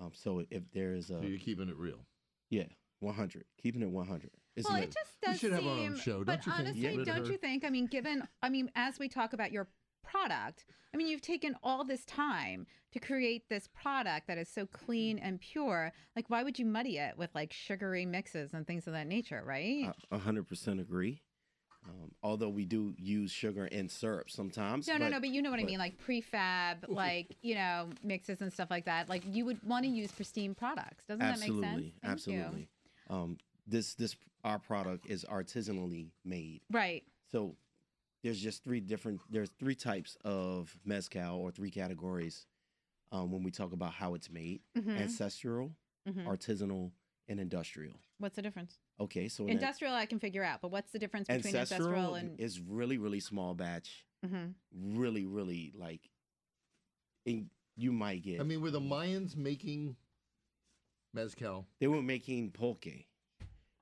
Um, so if there is a
So you're keeping it real.
yeah, 100, keeping it 100. It's
well,
lit.
it just
We
does
should
seem.
have our own show, don't
but
you think?
honestly,
Get rid of
don't
her.
you think? I mean, given, I mean, as we talk about your product, I mean, you've taken all this time to create this product that is so clean and pure. Like, why would you muddy it with like sugary mixes and things of that nature, right?
I a hundred percent agree. Um, although we do use sugar and syrup sometimes.
No, no, no, but you know what I
but-
mean, like prefab, like you know, mixes and stuff like that. Like you would want to use pristine products. Doesn't
absolutely,
that make sense? Thank you.
absolutely. Um, this this our product is artisanally made.
Right.
So there's just three different there's three types of mezcal or three categories um, when we talk about how it's made:
Mhm.
ancestral,
Mhm.
artisanal, and industrial.
What's the difference?
Okay, so an-
Industrial, I can figure out, but what's the difference between ancestral,
ancestral
and?
is really really small batch,
Mhm.
really really like. In, you might get.
I mean, were the Mayans making mezcal?
they were making pulque,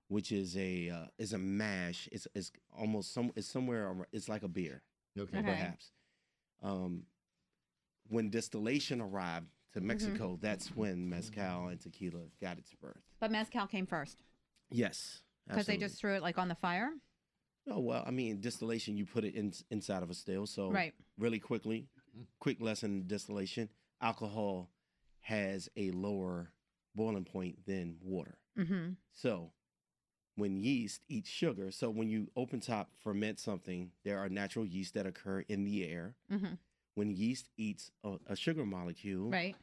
which is a uh, is a mash. It's it's almost some it's somewhere ar- it's like a beer
Okay.
Okay.
perhaps. Um, when distillation arrived to
Mm-hmm.
Mexico, that's when mezcal and tequila got its birth.
But mezcal came first
Yes,
because they
absolutely.
just threw it like on the fire.
Oh well, I mean distillation, you put it in, inside of a still, so
Right.
really quickly. Quick lesson in distillation: alcohol has a lower boiling point than water.
Mm-hmm.
So, when yeast eats sugar, so when you open top ferment something, there are natural yeast that occur in the air.
Mm-hmm.
When yeast eats a, a sugar molecule,
Right.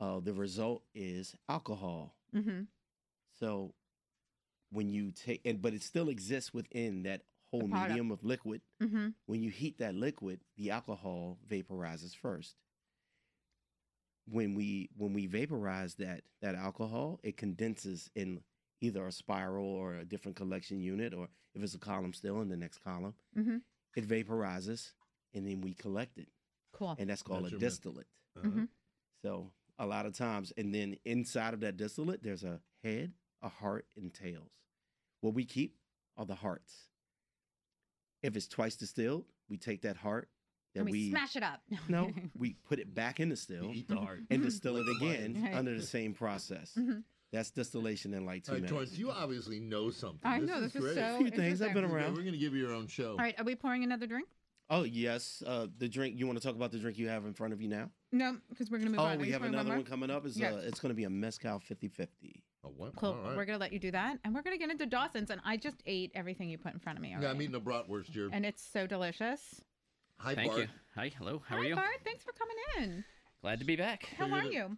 uh, the result is alcohol.
Mm-hmm.
So, when you take, and, but it still exists within that whole
product.
medium of liquid.
Mm-hmm.
When you heat that liquid, the alcohol vaporizes first. When we when we vaporize that that alcohol, it condenses in either a spiral or a different collection unit, or if it's a column still in the next column,
Mm-hmm.
it vaporizes and then we collect it.
Cool.
And that's called
That's
a
your method.
distillate.
Mhm.
So a lot of times, and then inside of that distillate, there's a head, a heart, and tails. What we keep are the hearts. If it's twice distilled, we take that heart that
And
we,
we, smash it up.
no, we put it back in the still
Eat the heart.
and distill it again
Right.
under the same process.
Mhm.
That's distillation in like two
All right,
minutes.
Torrance, you obviously know something.
I know
is
this
great.
is so.
Few things I've been
interesting.
Yeah,
around.
We're going to give you your own show.
All right, are we pouring another drink?
Oh yes, uh, the drink. You want to talk about the drink you have in front of you now?
No, because we're gonna move
oh,
on. Are
we
you
have
pouring
another
more?
one, coming up. It's
Yeah.
uh, it's going to be a mezcal 50-50.
Oh, what?
Cool.
All right.
We're gonna let you do that, and we're gonna get into Dawson's. And I just ate everything you put in front of me.
yeah, I'm
already.
eating a bratwurst here.
and it's so delicious.
Hi,
Thank
Bart.
you. Hi, hello. How
Hi,
are you?
Bart. Thanks for coming in.
Glad to be back.
How
you're
are
the-
you?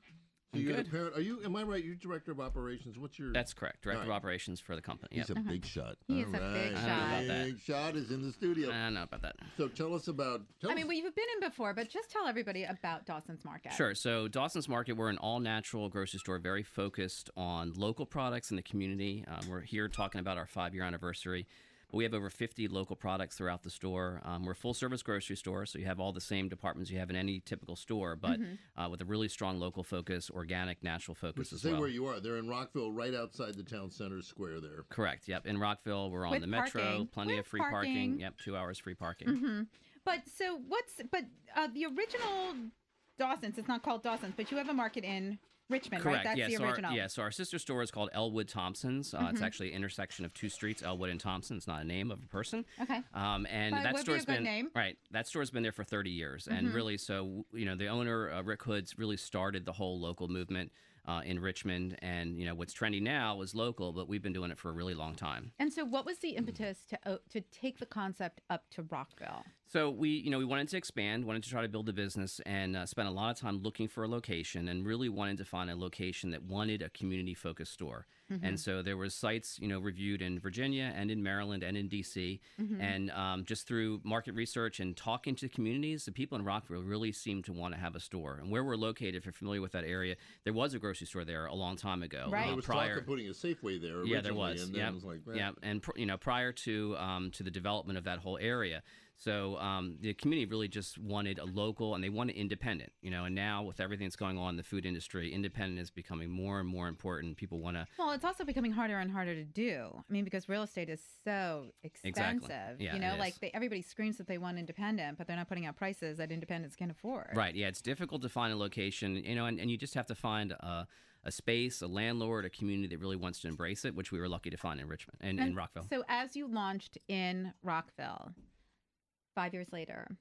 So
I'm
you're the
good.
parent. Are you? Am I right? You're director of operations. What's your?
That's correct. Director of
Right.
operations for the company.
He's
Yep.
a big shot.
He is
All
a big
right.
I don't know
about that. Uh,
Big shot is in the studio.
I don't know about that.
so tell us about. Tell
I mean,
us-
we've been in before, but just tell everybody about Dawson's Market.
Sure. So Dawson's Market, we're an all-natural grocery store, very focused on local products in the community. Um, we're here talking about our five-year anniversary. But we have over 50 local products throughout the store. Um, we're a full-service grocery store, so you have all the same departments you have in any typical store, but
Mm-hmm.
uh, with a really strong local focus, organic, natural
Let's
focus as
say
well.
where you are. They're in Rockville, right outside the town center square. There.
Correct. Yep. In Rockville, we're on
With
the metro.
parking.
Plenty
With
of free parking.
parking.
Yep. Two hours free parking.
hmm But so what's but uh, the original Dawson's? It's not called Dawson's, but you have a market in Richmond, right?
Correct.
That's
yeah,
the
so
original. Mm-hmm.
Our, yeah. So our sister store is called Elwood Thompson's. Uh, It's actually an intersection of two streets, Elwood and Thompson. It's not a name of a person.
Okay.
Um, and
But it
that
would be
store's
a good
been
name. Mm-hmm.
right. That store's been there for 30 years, and really, so you know, the owner uh, Rick Hoods really started the whole local movement uh, in Richmond. And you know, what's trendy now is local, but we've been doing it for a really long time.
And so, what was the impetus to o to take the concept up to Rockville?
So we, you know, we wanted to expand, wanted to try to build a business, and uh, spent a lot of time looking for a location, and really wanted to find a location that wanted a community-focused store. And so there were sites, you know, reviewed in Virginia and in Maryland and in DC, and um, just through market research and talking to communities, the people in Rockville really seemed to want to have a store. And where we're located, if you're familiar with that area, there was a grocery store there a long time ago.
Right.
There
uh,
was talk
prior,
of putting a Safeway there. Originally,
yeah, there was.
And then
Yeah,
it was like, eh.
yeah, and pr- you know, prior to um, to the development of that whole area, so um, the community really just wanted a local, and they wanted independent. You know, and now with everything that's going on in the food industry, independent is becoming more and more important. People want to
Well, it's also becoming harder and harder to do. I mean, because real estate is so expensive.
Yeah,
you know,
it
like
is.
they, everybody screams that they want independent, but they're not putting out prices that independents can afford.
Right. Yeah, it's difficult to find a location, you know, and, and you just have to find a, a space, a landlord, a community that really wants to embrace it, which we were lucky to find in Richmond and in
And
Rockville.
So, as you launched in Rockville, five years later,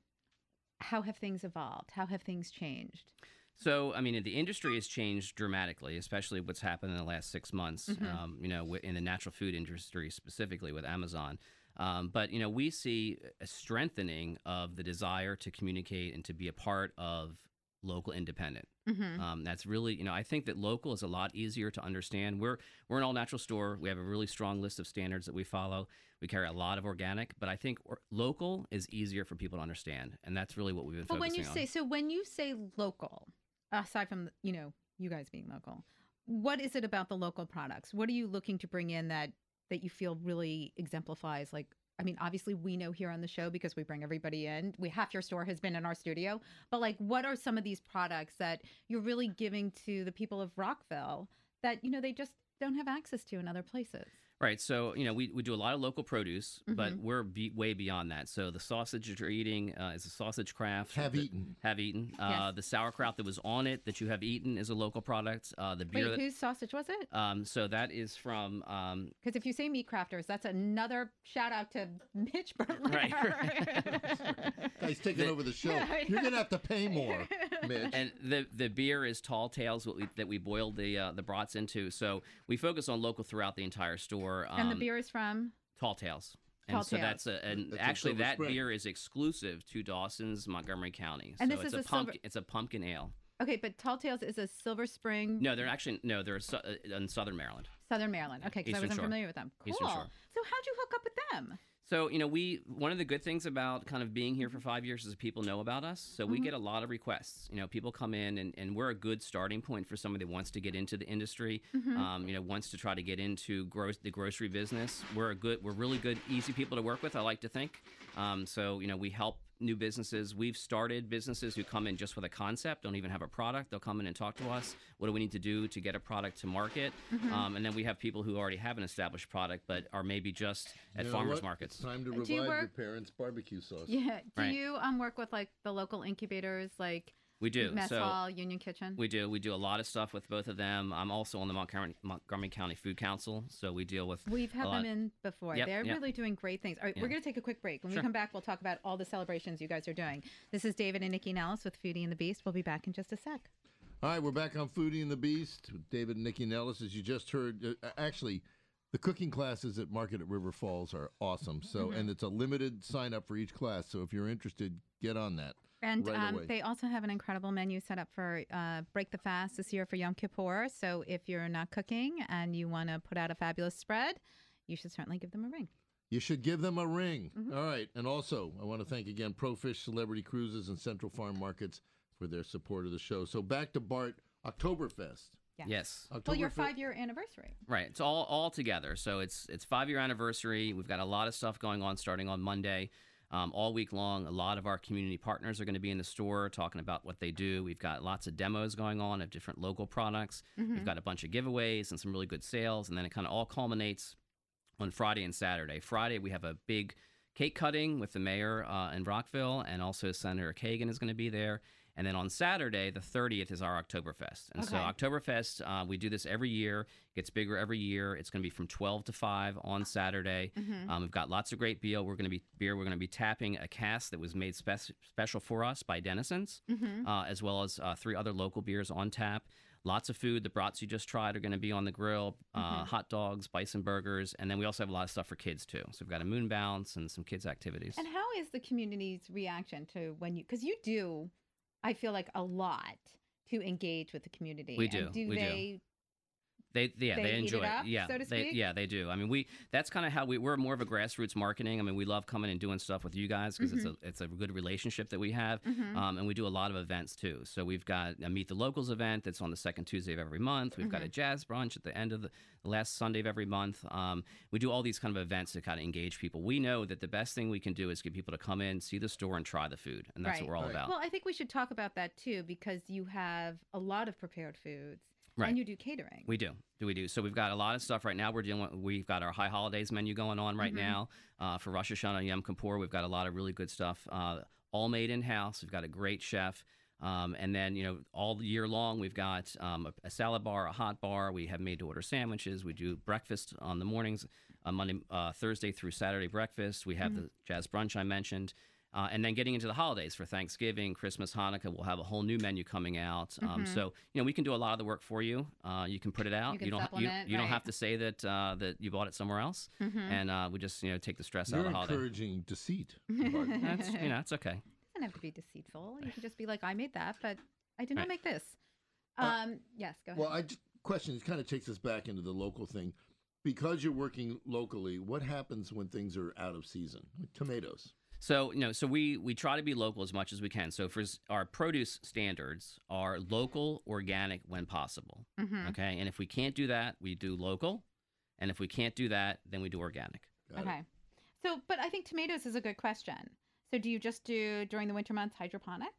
how have things evolved? How have things changed?
So, I mean, the industry has changed dramatically, especially what's happened in the last six months,
Mm-hmm.
um, you know, wi- in the natural food industry specifically with Amazon. Um, but, you know, we see a strengthening of the desire to communicate and to be a part of local independent.
Mm-hmm.
Um, that's really, you know, I think that local is a lot easier to understand. We're we're an all natural store. We have a really strong list of standards that we follow. We carry a lot of organic, but I think or- local is easier for people to understand, and that's really what we've been
But when
focusing
you
on.
say so, when you say local, aside from you know you guys being local, what is it about the local products? What are you looking to bring in that that you feel really exemplifies like? I mean, obviously, we know here on the show because we bring everybody in. We half your store has been in our studio, but like, what are some of these products that you're really giving to the people of Rockville that you know they just don't have access to in other places?
Right. So, you know, we, we do a lot of local produce, but
Mm-hmm.
we're be, way beyond that. So, the sausage that you're eating uh, is a sausage craft.
Have
that-
eaten.
Have eaten. Uh,
Yes.
The sauerkraut that was on it that you have eaten is a local product. Uh, the beer
Wait,
that.
whose sausage was it?
Um, so that is from um,
Because if you say meat crafters, that's another shout out to Mitch Berliner.
Guys taking over the show.
I
You're
know.
gonna have to pay more, Mitch.
and the the beer is Tall Tales what we, that we boiled the uh, the brats into. So we focus on local throughout the entire store. Um,
and the beer is from
Tall Tales. And
Tall
so
Tales.
that's a, and
That's in
actually
Silver
that
Spring.
beer is exclusive to Dawson's Montgomery County.
And
so
this is
it's
a
a
Silver-
pumpkin it's a pumpkin ale.
okay, but Tall Tales is a Silver Spring,
No, they're actually no, they're su- uh, in Southern Maryland.
Southern Maryland. Okay, because I
Eastern
wasn't
Shore.
familiar with them. Cool.
Eastern
So how'd
Shore.
you hook up with them?
So you know, we one of the good things about kind of being here for five years is people know about us. So we get a lot of requests. You know, people come in and, and we're a good starting point for somebody that wants to get into the industry. Um, you know, wants to try to get into gro- the grocery business. We're a good, we're really good, easy people to work with. I like to think. Um, so you know, we help new businesses. We've started businesses who come in just with a concept, don't even have a product. They'll come in and talk to us. What do we need to do to get a product to market? Um, and then we have people who already have an established product, but are maybe just at
You know
farmers
what?
markets.
It's time to
Do you
revive your
work-
parents' barbecue sauce.
Yeah. Do
Right.
you um work with like the local incubators, like
We do.
Mess
so
Hall, Union Kitchen?
We do. We do a lot of stuff with both of them. I'm also on the Montgomery, Montgomery County Food Council, so we deal with.
We've had
a
them
lot.
in before.
Yep,
They're
yep.
really doing great things. All right, we're
Yeah.
going to take a quick break. When we
Sure.
come back, we'll talk about all the celebrations you guys are doing. This is David and Nikki Nellis with Foodie and the Beast. We'll be back in just a sec.
All right, we're back on Foodie and the Beast with David and Nikki Nellis. As you just heard, uh, a- actually, the cooking classes at Market at River Falls are awesome. So,
Mm-hmm.
and it's a limited sign up for each class. So, if you're interested, get on that.
And
Right
um,
away.
they also have an incredible menu set up for uh, Break the Fast this year for Yom Kippur. So if you're not cooking and you want to put out a fabulous spread, you should certainly give them a ring.
You should give them a ring.
Mm-hmm.
All right, and also I want to thank again Profish Celebrity Cruises and Central Farm Markets for their support of the show. So back to Bart Oktoberfest.
Yeah.
Yes.
Well, your
Oktoberfe-
five year anniversary.
Right. It's all all together. So it's it's five year anniversary. We've got a lot of stuff going on starting on Monday. Um, all week long, a lot of our community partners are going to be in the store talking about what they do. We've got lots of demos going on of different local products.
Mm-hmm.
We've got a bunch of giveaways and some really good sales. And then it kind of all culminates on Friday and Saturday. Friday, we have a big cake cutting with the mayor uh, in Rockville, and also Senator Kagan is going to be there. And then on Saturday, the 30th, is our Oktoberfest. And so
Okay.
Oktoberfest, uh, we do this every year, gets bigger every year. It's going to be from 12 to 5 on Saturday. Um, we've got lots of great beer. We're going to be beer. We're going to be tapping a cast that was made spec- special for us by Denison's,
Mm-hmm.
uh, as well as uh, three other local beers on tap. Lots of food. The brats you just tried are going to be on the grill.
Mm-hmm.
Uh, hot dogs, bison burgers, and then we also have a lot of stuff for kids too. So we've got a moon bounce and some kids activities.
And how is the community's reaction to when you, because you do, I feel like a lot to engage with the community.
We
And
do, we do.
they,
They, yeah,
They
they,
eat it
enjoy it.
up,
yeah,
so to
they,
speak?
yeah, they do. I mean, we that's kind of how we we're more of a grassroots marketing. I mean, we love coming and doing stuff with you guys because
Mm-hmm.
it's a it's a good relationship that we have, um, and we do a lot of events too. So we've got a meet the locals event that's on the second Tuesday of every month. We've got a jazz brunch at the end of the last Sunday of every month. Um, we do all these kind of events to kind of engage people. We know that the best thing we can do is get people to come in, see the store, and try the food, and that's
Right.
what we're all
Right.
about.
Well, I think we should talk about that too because you have a lot of prepared foods
Right.
and you do catering.
We do. Do we do? So we've got a lot of stuff right now. We're dealing. With, we've got our high holidays menu going on right now uh, for Rosh Hashanah and Yom Kippur. We've got a lot of really good stuff, uh, all made in house. We've got a great chef. Um, and then you know, all year long, we've got um, a, a salad bar, a hot bar. We have made-to-order sandwiches. We do breakfast on the mornings, uh, Monday, uh, Thursday through Saturday breakfast. We
Mm-hmm.
have the jazz brunch I mentioned. Uh, and then getting into the holidays for Thanksgiving, Christmas, Hanukkah, we'll have a whole new menu coming out. Um, So you know we can do a lot of the work for you. Uh, you can put it out.
Mm-hmm. You can
don't. ha- you,
supplement,
you don't
right. Mm-hmm.
have to say that uh, that you bought it somewhere else. And uh, we just you know take the stress
You're
out of the holiday.
encouraging deceit. Bart.
That's you know it's okay.
doesn't have to be deceitful. You can just be like, I made that, but I did not
Right.
make this.
Uh,
Um, yes, go ahead.
well, I just, question. It kind of takes us back into the local thing. Because you're working locally, what happens when things are out of season? Like tomatoes.
So you know, so we we try to be local as much as we can. So for s- our produce standards are local, organic when possible.
Mm-hmm.
Okay, and if we can't do that, we do local, and if we can't do that, then we do organic.
Got it.
okay. So, but I think tomatoes is a good question. So, do you just do during the winter months hydroponic?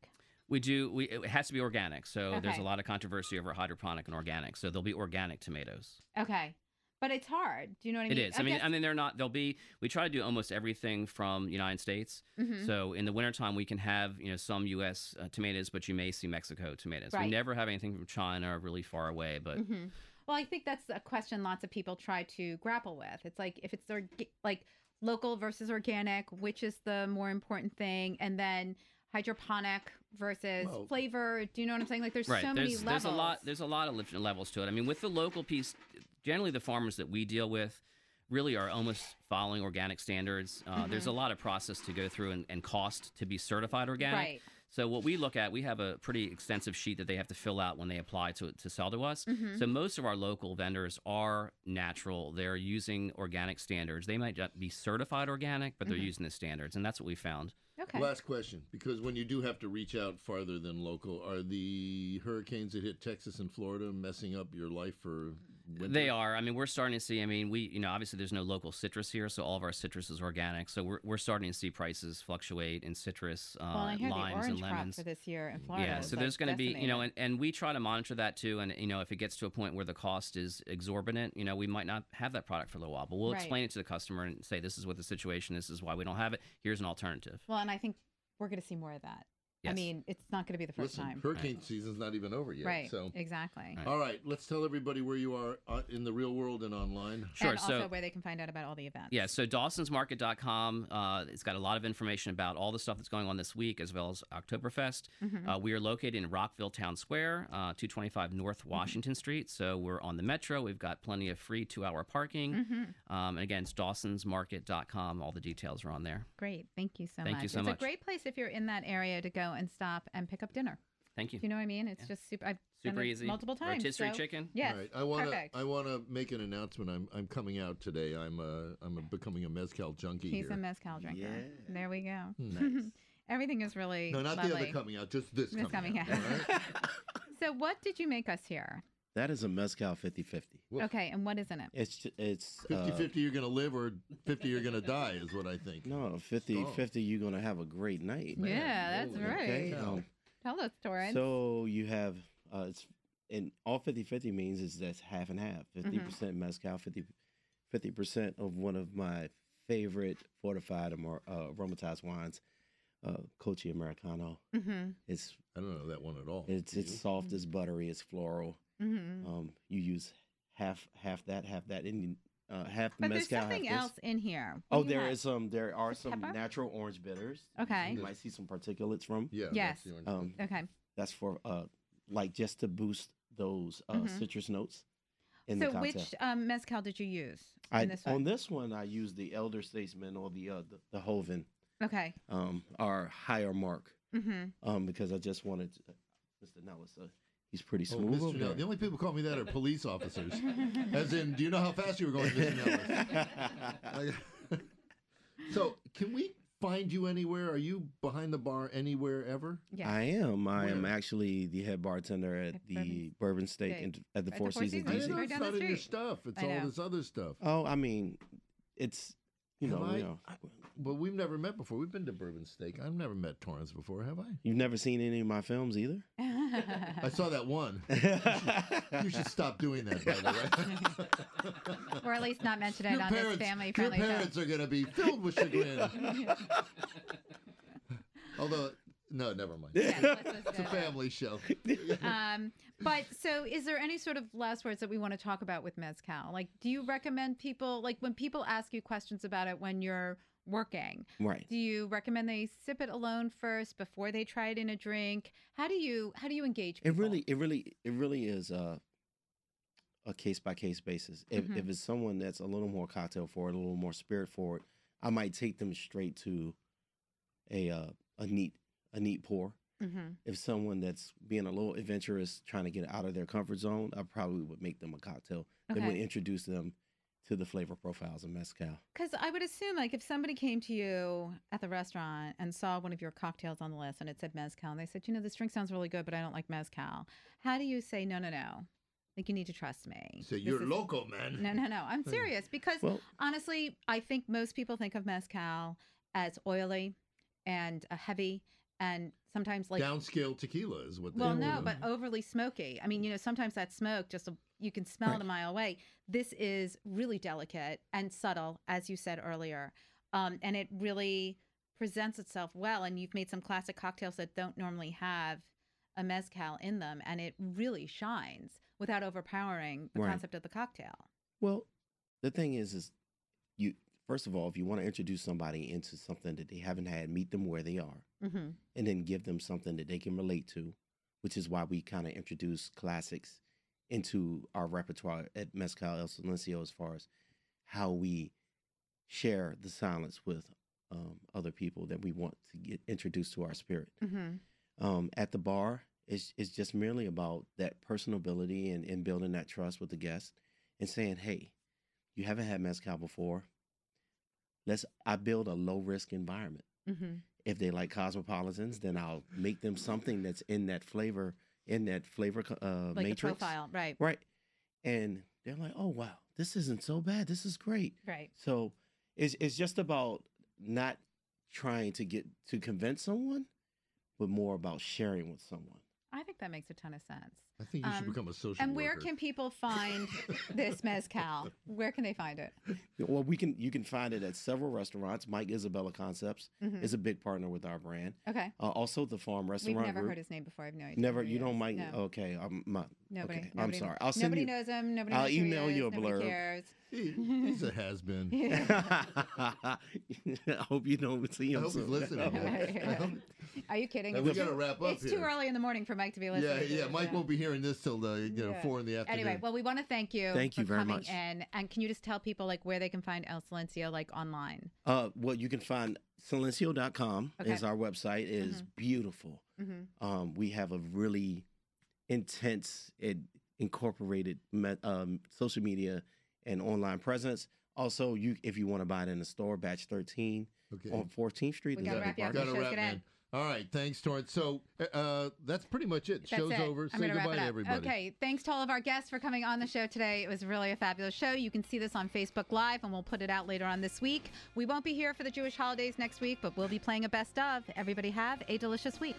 We do. We it has to be organic. So there's
Okay.
a lot of controversy over hydroponic and organic. So there'll be organic tomatoes.
Okay. But it's hard. Do you know what I
It
mean?
is. I mean,
guess-
I mean, they're not. They'll be. We try to do almost everything from United States.
Mm-hmm.
So in the wintertime, we can have you know some U.S. Uh, tomatoes, but you may see Mexico tomatoes.
Right.
We never have anything from China or really far away. But
Mhm. Well, I think that's a question lots of people try to grapple with. It's like if it's orga- like local versus organic, which is the more important thing, and then hydroponic versus
Well-
flavor. Do you know what I'm saying? Like, there's
right,
so many
there's
levels.
there's a lot there's a lot of lift- levels to it. I mean, with the local piece, generally the farmers that we deal with really are almost following organic standards.
Mm-hmm.
Uh, There's a lot of process to go through and, and cost to be certified organic.
Right.
So what we look at, we have a pretty extensive sheet that they have to fill out when they apply to to sell to us.
Mm-hmm.
So most of our local vendors are natural. They're using organic standards. They might not be certified organic, but they're
Mm-hmm.
using the standards, and that's what we found.
Okay.
Last question, because when you do have to reach out farther than local, are the hurricanes that hit Texas and Florida messing up your life for winter?
They are. I mean, we're starting to see. I mean, we you know obviously there's no local citrus here, so all of our citrus is organic. So we're, we're starting to see prices fluctuate in citrus, uh,
Well, I hear the
limes,
orange
and
crop
lemons.
for this year in Florida.
Yeah,
is,
so
like,
there's going to be, you know,
decimated.
and, and we try to monitor that too. And, you know, if it gets to a point where the cost is exorbitant, you know, we might not have that product for a little while, but we'll
Right.
explain it to the customer and say, this is what the situation is, this is why we don't have it. Here's an alternative.
Well, and I think we're going to see more of that. I
Yes.
mean, it's not going to be the first
Listen,
time.
hurricane season's not even over yet.
right.
So,
Exactly.
Right.
all right, let's tell everybody where you are uh, in the real world and online.
Sure.
and
so,
also where they can find out about all the events.
yeah, so dawsonsmarket.com, uh, it's got a lot of information about all the stuff that's going on this week as well as Oktoberfest.
Mhm.
Uh, we are located in Rockville Town Square, uh, 225
Mm-hmm.
North Washington Street. So we're on the metro. We've got plenty of free two hour parking.
Mhm.
Um, and again, it's dawsonsmarket.com. All the details are on there.
Great. Thank you so
Thank you
much.
so
it's
much.
a great place if you're in that area to go and stop and pick up dinner.
Thank you.
Do you know what I mean? It's just super. I've done
Super
it
easy.
Multiple times.
Rotisserie
so-
chicken.
Yes.
All right. I want to.
perfect.
I want to make an announcement. I'm. I'm coming out today. I'm. Uh, I'm a, becoming a mezcal junkie
He's
here. Hmm,
a mezcal drinker.
Yeah.
There we go.
Nice.
Everything is really
no, not the
lovely.
other coming out. Just this,
This
coming,
coming
out.
out.
all right?
So, what did you make us here?
That is a mezcal 50-50.
Woof.
Okay, and what is in it?
It's ju- it's uh,
50 50 you're going to live or 50 you're going to die is what I think.
No, 50
Strong.
50 you're going to have a great night.
Man,
yeah, that's
holy
right.
Okay.
cow.
um,
Tell us, Torrance.
so you have uh it's and all 50 50 means is that's half and half.
Mm-hmm.
50% percent mezcal, 50 percent of one of my favorite fortified amar- uh, aromatized wines, uh Cochi Americano.
hmm
It's
I don't know that one at all.
it's
Do
it's
Mm-hmm.
you?
soft, it's buttery, it's floral.
hmm
Um, you use half half that, half that, and uh, half the
But there's
mezcal. half
something
this.
else in here. What
Oh,
do you
there
have?
is some. There are some
pepper?
natural orange bitters.
Okay.
You might see some particulates from.
Yeah.
Yes.
That's the orange
Um,
Okay.
That's for uh, like just to boost those uh,
Mhm.
citrus notes in
so,
the cocktail.
which um, mezcal did you use in
I,
this one?
on this one, I use the Elder Statesman or the uh, the, the Hoven,
okay.
um, our higher mark,
hmm
um, because I just wanted to, Mr. Nellis. Uh, he's pretty
Oh,
smooth.
Mr.
over
Nellis. The
there.
only people who call me that are police officers. As in, do you know how fast you were going, Mr. Nellis? Like- so, can we find you anywhere? Are you behind the bar anywhere ever?
Yeah.
I am. I am
Where?
actually the head bartender at,
At
the
Bourbon
Bourbon, Steak
Steak.
and, at the
At
Four, Seasons.
I
Easy.
don't know
Right
it's
down the
not in your
street.
stuff. It's
I
all
know.
this other stuff.
Oh, I mean, it's you
Have
know,
I-
you know,
I- But we've never met before. We've been to Bourbon Steak. I've never met Torrance before, have I?
you've never seen any of my films either.
I saw that one. You should stop doing that, by the way.
or at least not mention it
Your
on
parents,
this family
your
friendly show.
parents are going to be filled with chagrin. Although, no, never mind.
Yes, let's just
It's a
go there.
family show.
Um, but so, is there any sort of last words that we want to talk about with mezcal? Like, do you recommend people like when people ask you questions about it when you're working?
right.
Do you recommend they sip it alone first before they try it in a drink? How do you how do you engage?
It
People?
really, it really, it really is a a case by case basis. If,
Mhm.
Mm-hmm.
if it's someone that's a little more cocktail forward, a little more spirit forward, I might take them straight to a uh, a neat a neat pour.
Mhm.
If someone that's being a little adventurous, trying to get out of their comfort zone, I probably would make them a cocktail. Then would
Okay.
introduce them to the flavor profiles of mezcal.
Because I would assume, like, if somebody came to you at the restaurant and saw one of your cocktails on the list and it said mezcal, and they said, you know, this drink sounds really good, but I don't like mezcal. How do you say, no, no, no? Like, you need to trust me.
So
This
you're
is-
local, man.
No, no, no. I'm serious because
Well,
honestly, I think most people think of mezcal as oily and uh, heavy and sometimes like
Downscale tequila is what. They
well,
call
no,
them.
but overly smoky. I mean, you know, sometimes that smoke just uh, you can smell it a mile away. This is really delicate and subtle, as you said earlier, um, and it really presents itself well. And you've made some classic cocktails that don't normally have a mezcal in them, and it really shines without overpowering the
Right.
concept of the cocktail.
Well, the thing is, is you first of all, if you want to introduce somebody into something that they haven't had, meet them where they are,
Mm-hmm.
and then give them something that they can relate to, which is why we kind of introduce classics into our repertoire at Mezcal El Silencio as far as how we share the silence with um, other people that we want to get introduced to our spirit
Mm-hmm.
um, at the bar it's, it's just merely about that personability and, and building that trust with the guest and saying hey you haven't had mezcal before let's i build a low risk environment
Mm-hmm.
if they like cosmopolitans then i'll make them something that's in that flavor in that flavor co- uh,
Like
matrix
the profile, right?
right and they're like, oh wow, this isn't so bad. This is great.
Right.
So it's it's just about not trying to get to convince someone, but more about sharing with someone.
I think that makes a ton of sense.
I think you should
Um,
become a social
And where
worker.
can people find this mezcal? Where can they find it?
Well, we can you can find it at several restaurants. Mike Isabella Concepts
Mhm.
is a big partner with our brand.
Okay.
Uh, also, the Farm
We've
Restaurant
never
Group.
heard his name before. I've no idea.
Never,
who he
you
is.
don't mind.
No.
Okay, I'm my,
Nobody.
okay, I'm
nobody
sorry.
Knows.
I'll send
nobody
you-
knows him. Nobody.
I'll
knows who he
email you a
is, nobody
blurb.
Cares.
He- he's a has been.
I hope you don't see
I
him.
hope he's
soon.
listening. man. I hope-
Are you kidding?
Now we
It's
gotta
too-
wrap up
It's too
here.
early in the morning for Mike to be listening.
yeah,
to
yeah.
this,
Mike won't be hearing this till the you know
Yeah.
four in the afternoon.
Anyway, well, we want to thank you.
Thank you
for
very
coming
much.
In. And can you just tell people like where they can find El Silencio like online?
Uh, well, you can find silencio.com
Okay.
is our website. It is beautiful.
Mm-hmm.
Um, we have a really intense and incorporated met, um, social media and online presence. Also, you if you want to buy it in the store, batch thirteen
okay.
on Fourteenth Street.
We
Oh, is
gotta
our
wrap you
department.
up. The
Gotta
show's
wrap,
gonna
man.
end.
All right, thanks, Torrance. So uh, that's pretty much it.
That's
Show's
it.
over.
I'm
Say
gonna wrap
goodbye
it
to
up.
everybody.
Okay. Thanks to all of our guests for coming on the show today. It was really a fabulous show. You can see this on Facebook Live, and we'll put it out later on this week. We won't be here for the Jewish holidays next week, but we'll be playing a best of. Everybody have a delicious week.